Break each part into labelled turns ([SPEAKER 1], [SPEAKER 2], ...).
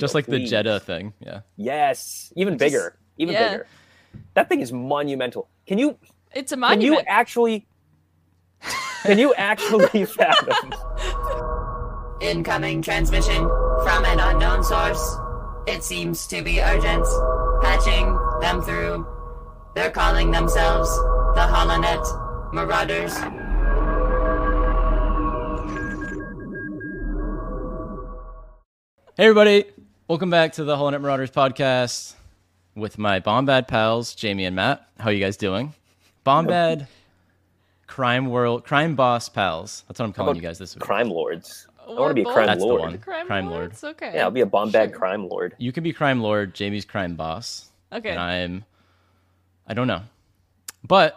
[SPEAKER 1] Just
[SPEAKER 2] No,
[SPEAKER 1] like the
[SPEAKER 2] please.
[SPEAKER 1] Jetta thing. Yeah.
[SPEAKER 2] Yes, even
[SPEAKER 3] Just-
[SPEAKER 2] bigger, even
[SPEAKER 3] yeah.
[SPEAKER 2] bigger. That thing is monumental. Can you
[SPEAKER 3] It's a
[SPEAKER 2] can
[SPEAKER 3] monument.
[SPEAKER 2] you actually can you actually fathom?
[SPEAKER 4] Incoming transmission from an unknown source. It seems to be urgent. Patching them through. They're calling themselves the Holonet Marauders.
[SPEAKER 1] Hey everybody. Welcome back to the Holonet Marauders podcast with my Bombad pals, Jamie and Matt. How are you guys doing? Bombad crime world crime boss pals. That's what I'm calling
[SPEAKER 2] about
[SPEAKER 1] you guys this week.
[SPEAKER 2] Crime lords. I
[SPEAKER 3] Or
[SPEAKER 2] want to be a
[SPEAKER 3] both.
[SPEAKER 2] crime
[SPEAKER 1] That's the
[SPEAKER 2] lord.
[SPEAKER 1] one.
[SPEAKER 3] Crime,
[SPEAKER 1] Crime lord.
[SPEAKER 3] lords? Okay.
[SPEAKER 2] Yeah, I'll be a bomb bag
[SPEAKER 3] Sure.
[SPEAKER 2] crime lord.
[SPEAKER 1] You can be crime lord, Jamie's crime boss.
[SPEAKER 3] Okay.
[SPEAKER 1] And I'm I don't know. But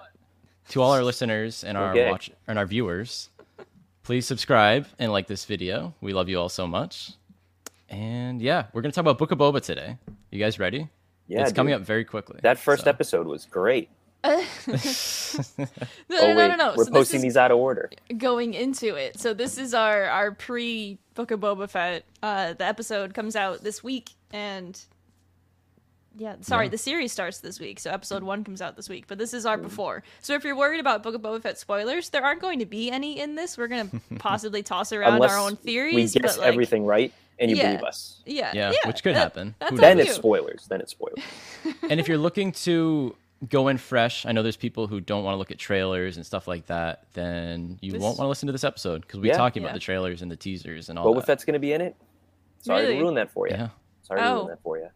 [SPEAKER 1] to all our listeners and our
[SPEAKER 2] Okay.
[SPEAKER 1] watch and our viewers, please subscribe and like this video. We love you all so much. And yeah, we're gonna talk about Book of Boba today. You guys ready?
[SPEAKER 2] Yeah,
[SPEAKER 1] it's coming
[SPEAKER 2] dude.
[SPEAKER 1] up very quickly.
[SPEAKER 2] That first
[SPEAKER 1] so-
[SPEAKER 2] episode was great.
[SPEAKER 3] No,
[SPEAKER 2] oh
[SPEAKER 3] no,
[SPEAKER 2] wait,
[SPEAKER 3] no, no, no.
[SPEAKER 2] we're
[SPEAKER 3] so
[SPEAKER 2] posting
[SPEAKER 3] this is
[SPEAKER 2] these out of order.
[SPEAKER 3] going into it. So this is our our pre Book of Boba Fett. Uh, the episode comes out this week, and yeah, sorry, the series starts this week. So episode one comes out this week, but this
[SPEAKER 2] Hmm.
[SPEAKER 3] is our before. So if you're worried about Book of Boba Fett spoilers, there aren't going to be any in this. We're gonna possibly toss around
[SPEAKER 2] Unless
[SPEAKER 3] our own theories,
[SPEAKER 2] we guess
[SPEAKER 3] but like,
[SPEAKER 2] everything right and you
[SPEAKER 3] Yeah.
[SPEAKER 2] believe us.
[SPEAKER 3] Yeah,
[SPEAKER 1] Yeah, which could
[SPEAKER 3] that-
[SPEAKER 1] happen.
[SPEAKER 3] That's
[SPEAKER 1] Who
[SPEAKER 3] on
[SPEAKER 2] Then
[SPEAKER 1] knows?
[SPEAKER 2] it's
[SPEAKER 3] you.
[SPEAKER 2] spoilers. Then it's spoilers.
[SPEAKER 1] and if you're looking to go in fresh, I know there's people who don't want to look at trailers and stuff like that, then you
[SPEAKER 3] This-
[SPEAKER 1] won't want to listen to this episode because we're
[SPEAKER 2] Yeah.
[SPEAKER 1] talking
[SPEAKER 3] Yeah.
[SPEAKER 1] about the trailers and the teasers and all
[SPEAKER 2] Boba
[SPEAKER 1] that.
[SPEAKER 2] Fett's gonna be in it. Sorry
[SPEAKER 3] Really?
[SPEAKER 2] to ruin that for you.
[SPEAKER 1] yeah.
[SPEAKER 2] Sorry to
[SPEAKER 3] Oh.
[SPEAKER 2] ruin that for you.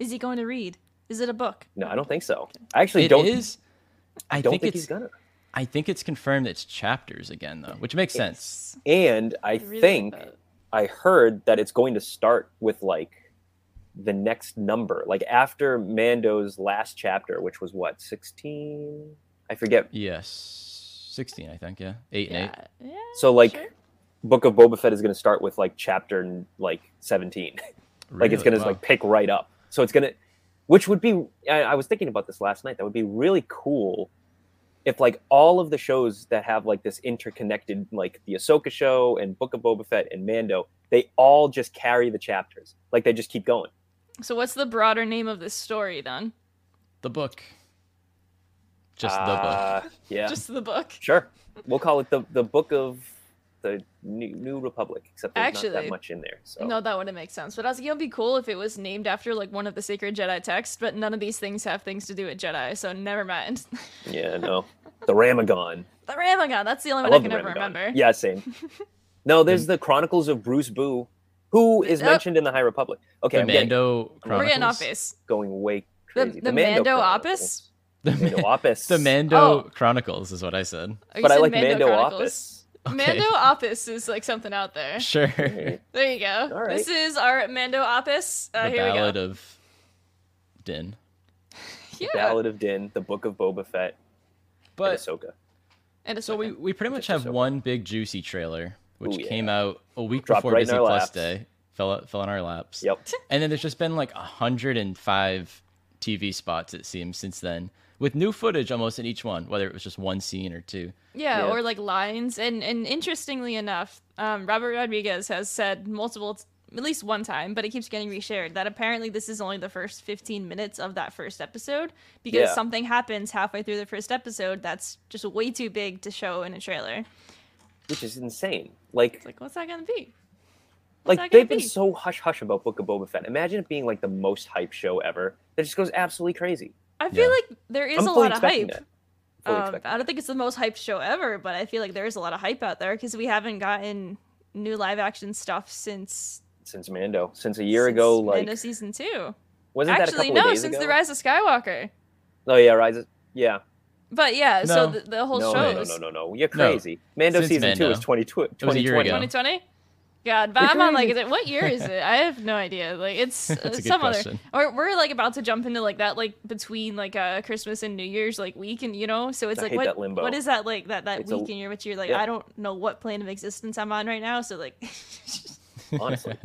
[SPEAKER 3] Is he going to read? Is it a book?
[SPEAKER 2] No, I don't think so. I actually
[SPEAKER 1] It
[SPEAKER 2] don't.
[SPEAKER 1] is- I
[SPEAKER 2] I don't
[SPEAKER 1] think,
[SPEAKER 2] think,
[SPEAKER 1] it's
[SPEAKER 2] he's gonna.
[SPEAKER 1] I think it's confirmed it's chapters again though, which makes sense.
[SPEAKER 2] And I,
[SPEAKER 3] I really
[SPEAKER 2] think
[SPEAKER 3] like that.
[SPEAKER 2] I heard that it's going to start with like the next number, like after Mando's last chapter, which was what sixteen? I forget.
[SPEAKER 1] Yes. 16, I think, yeah. 8 and 8.
[SPEAKER 3] Yeah. yeah.
[SPEAKER 2] So like,
[SPEAKER 3] Sure.
[SPEAKER 2] Book of Boba Fett is going to start with like chapter like seventeen. like it's
[SPEAKER 1] Really?
[SPEAKER 2] gonna
[SPEAKER 1] Wow.
[SPEAKER 2] like pick right up so it's gonna which would be I, I was thinking about this last night that would be really cool if like all of the shows that have like this interconnected like the ahsoka show and book of boba fett and mando they all just carry the chapters like they just keep going
[SPEAKER 3] So what's the broader name of this story then?
[SPEAKER 1] the book. Just
[SPEAKER 2] Uh, yeah
[SPEAKER 3] Just the book.
[SPEAKER 2] sure we'll call it the the book of the new, new republic except there's not
[SPEAKER 3] Actually-
[SPEAKER 2] that much in there so
[SPEAKER 3] No, that wouldn't make sense. But I was like, it would be cool if it was named after like one of the sacred Jedi texts, but none of these things have things to do with Jedi, so never mind.
[SPEAKER 2] yeah no the ramagon
[SPEAKER 3] the Ramagon, that's the only
[SPEAKER 2] I
[SPEAKER 3] one I,
[SPEAKER 2] love
[SPEAKER 3] can
[SPEAKER 2] the
[SPEAKER 3] ever
[SPEAKER 2] Ramagon.
[SPEAKER 3] remember.
[SPEAKER 2] Yeah, same. No, there's the Chronicles of Bruce Boo, who is
[SPEAKER 3] Uh,
[SPEAKER 2] mentioned in the High Republic. Okay,
[SPEAKER 1] the
[SPEAKER 2] I'm
[SPEAKER 1] book. The
[SPEAKER 2] getting-
[SPEAKER 1] Mando
[SPEAKER 3] We're
[SPEAKER 1] Chronicles.
[SPEAKER 3] getting off base.
[SPEAKER 2] going way
[SPEAKER 3] The,
[SPEAKER 2] crazy.
[SPEAKER 3] the, Mando
[SPEAKER 2] Chronicles.
[SPEAKER 3] Opus?
[SPEAKER 1] The,
[SPEAKER 2] Mando
[SPEAKER 1] Ma-
[SPEAKER 2] Opus.
[SPEAKER 1] the Mando
[SPEAKER 3] Oh.
[SPEAKER 1] Chronicles is what I said.
[SPEAKER 3] Oh, you
[SPEAKER 2] But I
[SPEAKER 3] said
[SPEAKER 2] like Mando,
[SPEAKER 3] Chronicles.
[SPEAKER 2] Opus.
[SPEAKER 1] Okay.
[SPEAKER 3] Mando Opus is like something out there.
[SPEAKER 1] Sure.
[SPEAKER 2] Okay.
[SPEAKER 3] There you go.
[SPEAKER 2] All right.
[SPEAKER 3] This is our Mando Opus. Uh,
[SPEAKER 1] the
[SPEAKER 3] here we
[SPEAKER 1] Ballad
[SPEAKER 3] go.
[SPEAKER 1] of Din.
[SPEAKER 3] yeah.
[SPEAKER 2] Ballad of Din, the Book of Boba Fett, and
[SPEAKER 1] But
[SPEAKER 2] Ahsoka.
[SPEAKER 3] And
[SPEAKER 1] so we, we pretty much
[SPEAKER 2] Just a
[SPEAKER 1] have
[SPEAKER 2] soap.
[SPEAKER 1] one big juicy trailer, which
[SPEAKER 2] Ooh, yeah.
[SPEAKER 1] came out a week
[SPEAKER 2] Dropped
[SPEAKER 1] before
[SPEAKER 2] right in
[SPEAKER 1] Disney
[SPEAKER 2] our
[SPEAKER 1] Plus
[SPEAKER 2] laps.
[SPEAKER 1] Day. Fell fell in our laps.
[SPEAKER 2] Yep.
[SPEAKER 1] And then there's just been like 105 TV spots it seems since then, with new footage almost in each one, whether it was just one scene or two.
[SPEAKER 3] Yeah,
[SPEAKER 2] Yeah.
[SPEAKER 3] or like lines. And and interestingly enough, um, Robert Rodriguez has said multiple, t- at least one time, but it keeps getting reshared that apparently this is only the first 15 minutes of that first episode because
[SPEAKER 2] Yeah.
[SPEAKER 3] something happens halfway through the first episode that's just way too big to show in a trailer.
[SPEAKER 2] Which is insane. Like,
[SPEAKER 3] It's like, what's that gonna be? what's that
[SPEAKER 2] like they've been
[SPEAKER 3] gonna be?
[SPEAKER 2] so hush hush about Book of Boba Fett. Imagine it being like the most hype show ever. That just goes absolutely crazy.
[SPEAKER 3] I feel
[SPEAKER 1] Yeah.
[SPEAKER 3] like there is
[SPEAKER 2] I'm
[SPEAKER 3] a
[SPEAKER 2] fully
[SPEAKER 3] lot of
[SPEAKER 2] expecting
[SPEAKER 3] hype.
[SPEAKER 2] that. I'm fully
[SPEAKER 3] Um,
[SPEAKER 2] expecting
[SPEAKER 3] I don't think it's the most hyped show ever, but I feel like there is a lot of hype out there because we haven't gotten new live action stuff since
[SPEAKER 2] that. since Mando, since a year
[SPEAKER 3] since
[SPEAKER 2] ago, like
[SPEAKER 3] Mando season two.
[SPEAKER 2] wasn't that a
[SPEAKER 3] Actually,
[SPEAKER 2] couple
[SPEAKER 3] no,
[SPEAKER 2] of days
[SPEAKER 3] since
[SPEAKER 2] ago?
[SPEAKER 3] the Rise of Skywalker.
[SPEAKER 2] Oh yeah, Rise. of- Yeah,
[SPEAKER 3] But yeah,
[SPEAKER 1] No.
[SPEAKER 3] so the, the whole
[SPEAKER 2] no,
[SPEAKER 3] show
[SPEAKER 2] no,
[SPEAKER 3] is
[SPEAKER 2] no, no, no, you're
[SPEAKER 1] No.
[SPEAKER 2] crazy. Mando
[SPEAKER 1] Since
[SPEAKER 2] season two
[SPEAKER 1] Mando.
[SPEAKER 2] is 22,
[SPEAKER 1] was a year
[SPEAKER 2] 2020.
[SPEAKER 1] ago.
[SPEAKER 3] 2020. God, but I'm on like,
[SPEAKER 2] crazy.
[SPEAKER 3] is it what year is it? I have no idea. Like, it's uh,
[SPEAKER 1] That's a good
[SPEAKER 3] some
[SPEAKER 1] question.
[SPEAKER 3] other. Or we're like about to jump into like that like between like uh Christmas and New Year's like week, and you know, so it's
[SPEAKER 2] I
[SPEAKER 3] like
[SPEAKER 2] hate
[SPEAKER 3] what
[SPEAKER 2] that limbo.
[SPEAKER 3] what is that like that that
[SPEAKER 2] It's a-
[SPEAKER 3] week in your which you're like
[SPEAKER 2] yeah.
[SPEAKER 3] I don't know what plane of existence I'm on right now. So like,
[SPEAKER 2] Honestly,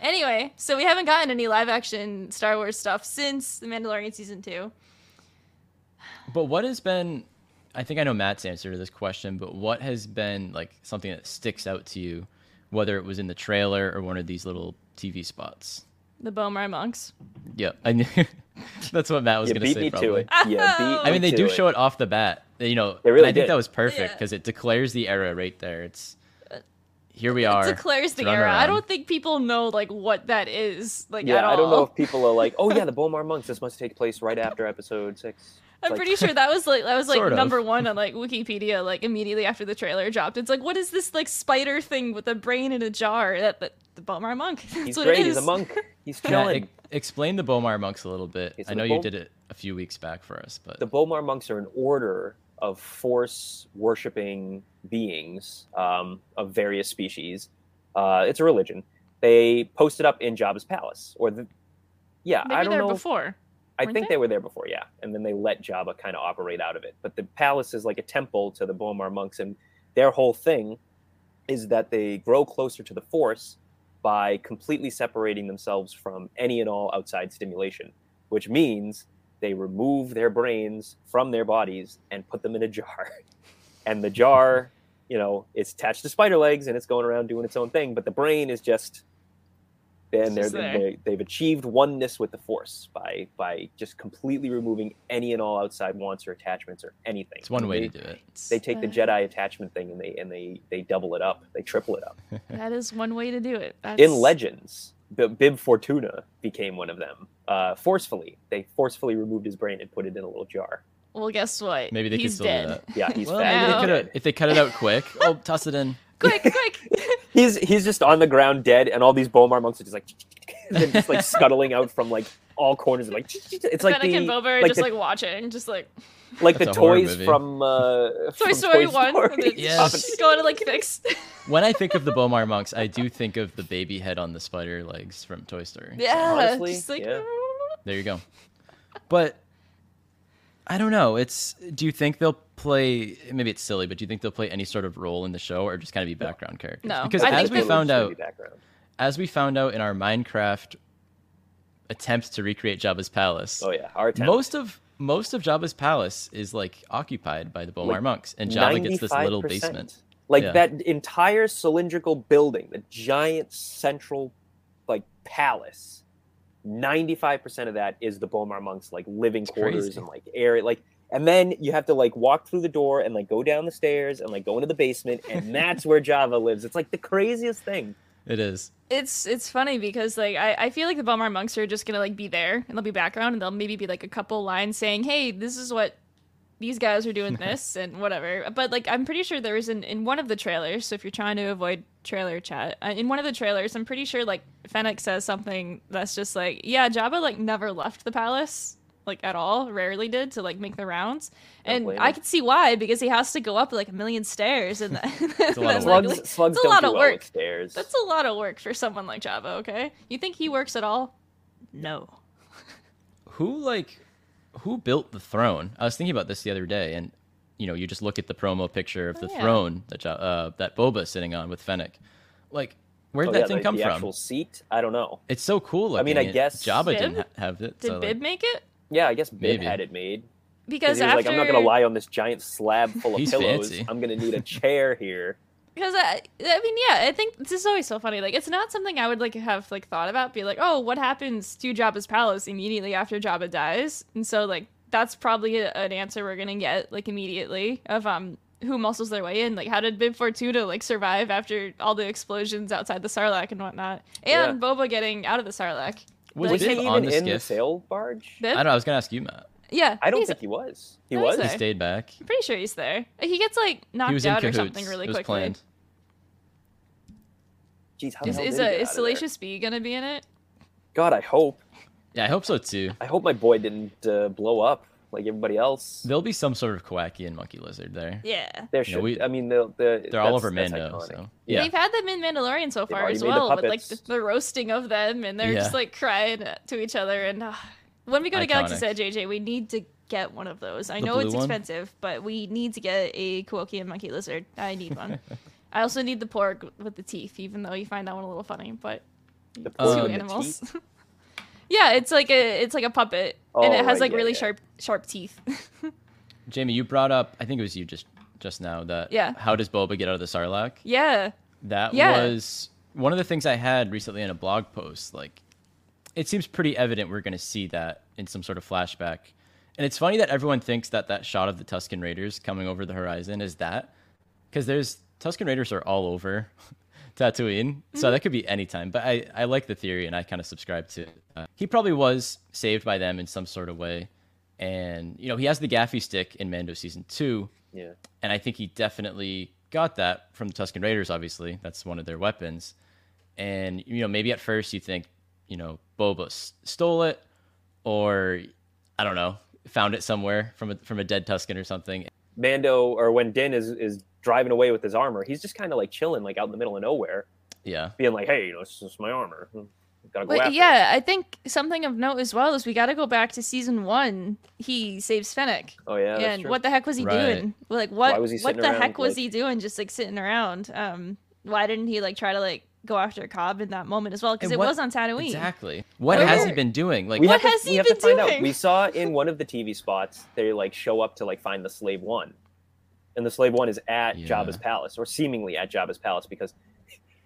[SPEAKER 3] anyway, so we haven't gotten any live action Star Wars stuff since The Mandalorian season two.
[SPEAKER 1] But what has been, I think I know Matt's answer to this question, but what has been like something that sticks out to you, whether it was in the trailer or one of these little TV spots.
[SPEAKER 3] The Bomar monks.
[SPEAKER 1] Yep, I knew that's what Matt was
[SPEAKER 2] You
[SPEAKER 1] gonna
[SPEAKER 2] beat
[SPEAKER 1] say.
[SPEAKER 2] me
[SPEAKER 1] probably.
[SPEAKER 2] to it. Yeah, beat
[SPEAKER 3] Oh.
[SPEAKER 1] I mean, they
[SPEAKER 2] me
[SPEAKER 1] do
[SPEAKER 2] to
[SPEAKER 1] show it off the bat. They- You know,
[SPEAKER 2] They really
[SPEAKER 1] and I think
[SPEAKER 2] did.
[SPEAKER 1] that was perfect
[SPEAKER 3] Yeah.
[SPEAKER 1] because it declares the era right there. It's here we are.
[SPEAKER 3] It declares the
[SPEAKER 1] Run
[SPEAKER 3] era. I
[SPEAKER 1] around.
[SPEAKER 3] don't think people know like what that is. Like at
[SPEAKER 2] Yeah,
[SPEAKER 3] all.
[SPEAKER 2] I don't know if people are like, oh yeah, the Bomar monks. This must take place right after episode six. It's
[SPEAKER 3] I'm
[SPEAKER 2] like,
[SPEAKER 3] pretty sure that was like that was like
[SPEAKER 1] Sort of.
[SPEAKER 3] number one on like Wikipedia like immediately after the trailer dropped. It's like what is this like spider thing with a brain in a jar? That, that the Bomar monk. That's
[SPEAKER 2] He's
[SPEAKER 3] what
[SPEAKER 2] great.
[SPEAKER 3] it
[SPEAKER 2] He's
[SPEAKER 3] is.
[SPEAKER 2] a monk. He's
[SPEAKER 1] Matt,
[SPEAKER 2] chilling.
[SPEAKER 1] e- explain the Bomar monks a little bit.
[SPEAKER 2] Okay, so
[SPEAKER 1] I
[SPEAKER 2] the
[SPEAKER 1] know you
[SPEAKER 2] Bom-
[SPEAKER 1] did it a few weeks back for us, but
[SPEAKER 2] the Bomar monks are an order of force worshipping beings um, of various species. Uh, it's a religion. They posted up in Jabba's palace, or the yeah,
[SPEAKER 3] They
[SPEAKER 2] I
[SPEAKER 3] were
[SPEAKER 2] don't
[SPEAKER 3] there
[SPEAKER 2] know.
[SPEAKER 3] before.
[SPEAKER 2] I
[SPEAKER 3] weren't
[SPEAKER 2] think
[SPEAKER 3] they?
[SPEAKER 2] they? were there before, yeah, and then they let Jabba kind of operate out of it. But the palace is like a temple to the Bomar monks, and their whole thing is that they grow closer to the Force by completely separating themselves from any and all outside stimulation, which means they remove their brains from their bodies and put them in a jar. And the jar, you know, it's attached to spider legs and it's going around doing its own thing, but the brain is just
[SPEAKER 3] It's
[SPEAKER 2] and they're,
[SPEAKER 3] just there.
[SPEAKER 2] they, they've achieved oneness with the force by by just completely removing any and all outside wants or attachments or anything.
[SPEAKER 1] it's one way
[SPEAKER 2] They-
[SPEAKER 1] to do it.
[SPEAKER 2] They take the
[SPEAKER 3] uh,
[SPEAKER 2] Jedi attachment thing and they and they they double it up. They triple it up.
[SPEAKER 3] That is one way to do it. That's,
[SPEAKER 2] in Legends, B- Bib Fortuna became one of them. Uh, forcefully, they forcefully removed his brain and put it in a little jar.
[SPEAKER 3] Well, guess what?
[SPEAKER 1] Maybe they could
[SPEAKER 3] He's
[SPEAKER 1] still do
[SPEAKER 3] dead.
[SPEAKER 1] that.
[SPEAKER 2] Yeah, he's
[SPEAKER 1] well,
[SPEAKER 2] fat.
[SPEAKER 1] maybe
[SPEAKER 3] Wow.
[SPEAKER 1] they could've- if they cut it out quick. Oh, toss it in.
[SPEAKER 3] Quick, quick.
[SPEAKER 2] He's he's just on the ground dead, and all these Bomar monks are just like, they're just like scuttling out from like all corners. Like it's like
[SPEAKER 3] Fennec
[SPEAKER 2] the
[SPEAKER 3] and Boba are
[SPEAKER 2] like
[SPEAKER 3] just
[SPEAKER 2] the,
[SPEAKER 3] like watching, just like
[SPEAKER 2] like the
[SPEAKER 1] That's a horror
[SPEAKER 2] toys
[SPEAKER 1] movie.
[SPEAKER 2] from uh,
[SPEAKER 3] Toy
[SPEAKER 2] from
[SPEAKER 3] Story One. and
[SPEAKER 2] Story.
[SPEAKER 3] they're
[SPEAKER 1] Yes.
[SPEAKER 3] just going to like fix.
[SPEAKER 1] When I think of the Bomar monks, I do think of the baby head on the spider legs from Toy Story.
[SPEAKER 3] yeah,
[SPEAKER 2] Honestly,
[SPEAKER 3] just like
[SPEAKER 2] yeah.
[SPEAKER 1] There you go. But I don't know. It's do you think they'll play maybe it's silly, but do you think they'll play any sort of role in the show or just kind of be background characters?
[SPEAKER 3] No.
[SPEAKER 1] Because
[SPEAKER 3] I think
[SPEAKER 1] as we
[SPEAKER 3] they-
[SPEAKER 1] found out
[SPEAKER 2] Background.
[SPEAKER 1] as we found out in our Minecraft attempt to recreate Jabba's palace,
[SPEAKER 2] Oh yeah, our attempt.
[SPEAKER 1] most of most of Jabba's palace is like occupied by the Bomar
[SPEAKER 2] Like,
[SPEAKER 1] monks, and Jabba gets this little
[SPEAKER 2] 95%.
[SPEAKER 1] basement.
[SPEAKER 2] Like
[SPEAKER 1] Yeah.
[SPEAKER 2] that entire cylindrical building, the giant central like palace. 95% of that is the Bomar monks like living quarters
[SPEAKER 1] crazy.
[SPEAKER 2] and like area like and then you have to like walk through the door and like go down the stairs and like go into the basement and that's where Java lives. It's like the craziest thing.
[SPEAKER 1] It is.
[SPEAKER 3] It's it's funny because like I, I feel like the Bomar monks are just gonna like be there and they'll be background and they'll maybe be like a couple lines saying, Hey, this is what these guys are doing this and whatever. But like I'm pretty sure there was in, in one of the trailers, so if you're trying to avoid trailer chat, uh, in one of the trailers I'm pretty sure like Fennec says something that's just like, Yeah, Jabba like never left the palace like at all, rarely did to like make the rounds.
[SPEAKER 2] Don't
[SPEAKER 3] And
[SPEAKER 2] blame
[SPEAKER 3] I
[SPEAKER 2] him.
[SPEAKER 3] could see why, because he has to go up like a million stairs and it's
[SPEAKER 1] a lot of work.
[SPEAKER 2] Slugs slugs
[SPEAKER 3] it's a
[SPEAKER 2] don't
[SPEAKER 3] lot
[SPEAKER 2] do
[SPEAKER 3] of
[SPEAKER 2] well with
[SPEAKER 3] work.
[SPEAKER 2] stairs.
[SPEAKER 3] That's a lot of work for someone like Java, okay? You think he works at all? No.
[SPEAKER 1] Who like who built the throne? I was thinking about this the other day, and you know, you just look at the promo picture of the
[SPEAKER 3] Oh, yeah.
[SPEAKER 1] throne that Ja- uh, that Boba's sitting on with Fennec. Like, where
[SPEAKER 2] Oh,
[SPEAKER 1] did
[SPEAKER 2] yeah,
[SPEAKER 1] that thing
[SPEAKER 2] the,
[SPEAKER 1] come
[SPEAKER 2] the
[SPEAKER 1] from?
[SPEAKER 2] actual seat? I don't know.
[SPEAKER 1] It's so cool.
[SPEAKER 2] I mean,
[SPEAKER 1] looking.
[SPEAKER 2] I
[SPEAKER 1] It-
[SPEAKER 2] guess-
[SPEAKER 1] Jabba
[SPEAKER 3] Did?
[SPEAKER 1] didn't ha- have it.
[SPEAKER 3] Did
[SPEAKER 1] so, like,
[SPEAKER 3] Bib make it?
[SPEAKER 2] Yeah, I guess Bib
[SPEAKER 1] Maybe.
[SPEAKER 2] had it made.
[SPEAKER 3] Because
[SPEAKER 2] he was
[SPEAKER 3] after
[SPEAKER 2] like, I'm not gonna lie on this giant slab full of
[SPEAKER 1] He's
[SPEAKER 2] pillows.
[SPEAKER 1] fancy.
[SPEAKER 2] I'm gonna need a chair here.
[SPEAKER 3] Because I, I mean, yeah, I think this is always so funny. Like, it's not something I would like have like thought about. Be like, oh, what happens to Jabba's palace immediately after Jabba dies? And so like that's probably a, an answer we're gonna get like immediately of um who muscles their way in. Like, how did Bib Fortuna like survive after all the explosions outside the Sarlacc and whatnot, and Boba getting out of the Sarlacc?
[SPEAKER 1] was
[SPEAKER 2] Was
[SPEAKER 3] Like,
[SPEAKER 2] he
[SPEAKER 1] Bib
[SPEAKER 2] even
[SPEAKER 1] on the
[SPEAKER 2] in the
[SPEAKER 1] skiff?
[SPEAKER 2] sail barge?
[SPEAKER 1] I
[SPEAKER 3] Bib?
[SPEAKER 1] don't know. I was gonna ask you, Matt.
[SPEAKER 3] yeah,
[SPEAKER 2] I don't
[SPEAKER 3] he's-
[SPEAKER 2] think he was. He
[SPEAKER 3] I
[SPEAKER 2] was.
[SPEAKER 3] think
[SPEAKER 1] He
[SPEAKER 3] so.
[SPEAKER 1] stayed back.
[SPEAKER 3] I'm pretty sure he's there. He gets like knocked
[SPEAKER 1] he was in
[SPEAKER 3] out or
[SPEAKER 1] cahoots.
[SPEAKER 3] something really
[SPEAKER 1] it was
[SPEAKER 3] quickly.
[SPEAKER 1] planned.
[SPEAKER 2] Jeez, how the
[SPEAKER 3] Is
[SPEAKER 2] hell
[SPEAKER 3] is,
[SPEAKER 2] did he
[SPEAKER 3] uh,
[SPEAKER 2] get
[SPEAKER 3] is
[SPEAKER 2] out of
[SPEAKER 3] Salacious B gonna be in it?
[SPEAKER 2] there? God, I hope.
[SPEAKER 1] Yeah, I hope so too.
[SPEAKER 2] I hope my boy didn't uh, blow up like everybody else.
[SPEAKER 1] There'll be some sort of Kawaki and monkey lizard there.
[SPEAKER 3] Yeah.
[SPEAKER 1] Yeah,
[SPEAKER 2] there should.
[SPEAKER 1] we-
[SPEAKER 2] I mean, the, the,
[SPEAKER 1] They're all
[SPEAKER 2] that's-
[SPEAKER 1] over
[SPEAKER 2] that's
[SPEAKER 1] Mando.
[SPEAKER 2] iconic.
[SPEAKER 1] So
[SPEAKER 2] Yeah.
[SPEAKER 1] yeah,
[SPEAKER 3] They've had them in Mandalorian so far
[SPEAKER 2] already
[SPEAKER 3] as
[SPEAKER 2] made the
[SPEAKER 3] well, with like the,
[SPEAKER 2] puppets.
[SPEAKER 3] the roasting of them, and they're just
[SPEAKER 1] Yeah.
[SPEAKER 3] like crying to each other. And uh, when we go to Galaxy's
[SPEAKER 1] Iconic.
[SPEAKER 3] Edge, JJ, we need to get one of those. I
[SPEAKER 1] The
[SPEAKER 3] know it's
[SPEAKER 1] blue one?
[SPEAKER 3] expensive, but we need to get a Kuoki and Monkey Lizard. I need one. I also need the pork with the teeth, even though you find that one a little funny, but
[SPEAKER 2] The
[SPEAKER 1] Um,
[SPEAKER 2] poison
[SPEAKER 3] two
[SPEAKER 2] in the
[SPEAKER 3] animals.
[SPEAKER 2] teeth.
[SPEAKER 3] yeah, it's like a it's like a puppet, and
[SPEAKER 2] Oh,
[SPEAKER 3] it
[SPEAKER 2] right,
[SPEAKER 3] has like
[SPEAKER 2] yeah,
[SPEAKER 3] really
[SPEAKER 2] yeah.
[SPEAKER 3] sharp sharp teeth.
[SPEAKER 1] Jamie, you brought up. I think it was you just just now that.
[SPEAKER 3] Yeah.
[SPEAKER 1] How does Boba get out of the Sarlacc?
[SPEAKER 3] yeah,
[SPEAKER 1] That
[SPEAKER 3] Yeah.
[SPEAKER 1] was one of the things I had recently in a blog post, like it seems pretty evident we're going to see that in some sort of flashback. And it's funny that everyone thinks that that shot of the Tuscan Raiders coming over the horizon is that because there's Tuscan Raiders are all over Tatooine, so that could be any time. But I, I like the theory and I kind of subscribe to it. Uh, he probably was saved by them in some sort of way. And, you know, he has the gaffy stick in Mando season two.
[SPEAKER 2] Yeah.
[SPEAKER 1] And I think he definitely got that from the Tuscan Raiders, obviously. That's one of their weapons. And, you know, maybe at first you think, you know, Boba s- stole it or, I don't know, found it somewhere from a, from a dead Tuscan or something.
[SPEAKER 2] Mando or when Din is is driving away with his armor, he's just kind of like chilling, like out in the middle of nowhere,
[SPEAKER 1] Yeah.
[SPEAKER 2] being like, "Hey, you know, this is my armor. Hmm. Gotta go
[SPEAKER 3] But
[SPEAKER 2] after it."
[SPEAKER 3] yeah, I think something of note as well is we got to go back to season one. He saves Fennec,
[SPEAKER 2] Oh yeah. that's
[SPEAKER 3] and
[SPEAKER 2] true.
[SPEAKER 3] what the heck was he
[SPEAKER 1] Right.
[SPEAKER 3] doing? Like what?
[SPEAKER 2] Why was he
[SPEAKER 3] what
[SPEAKER 2] sitting
[SPEAKER 3] the
[SPEAKER 2] around,
[SPEAKER 3] heck was
[SPEAKER 2] like-
[SPEAKER 3] he doing? Just like sitting around. Um, why didn't he like try to like go after Cobb in that moment as well? Because
[SPEAKER 1] And
[SPEAKER 3] it
[SPEAKER 1] what-
[SPEAKER 3] was on Tatooine.
[SPEAKER 1] Exactly. What
[SPEAKER 3] Where-
[SPEAKER 1] has he been doing? Like,
[SPEAKER 2] We
[SPEAKER 3] What
[SPEAKER 2] have
[SPEAKER 3] has
[SPEAKER 2] to,
[SPEAKER 3] he
[SPEAKER 2] we have
[SPEAKER 3] been
[SPEAKER 2] to find
[SPEAKER 3] doing?
[SPEAKER 2] out. We saw in one of the TV spots they like show up to like find the slave one, and the slave one is at
[SPEAKER 1] Yeah.
[SPEAKER 2] Jabba's palace or seemingly at Jabba's palace because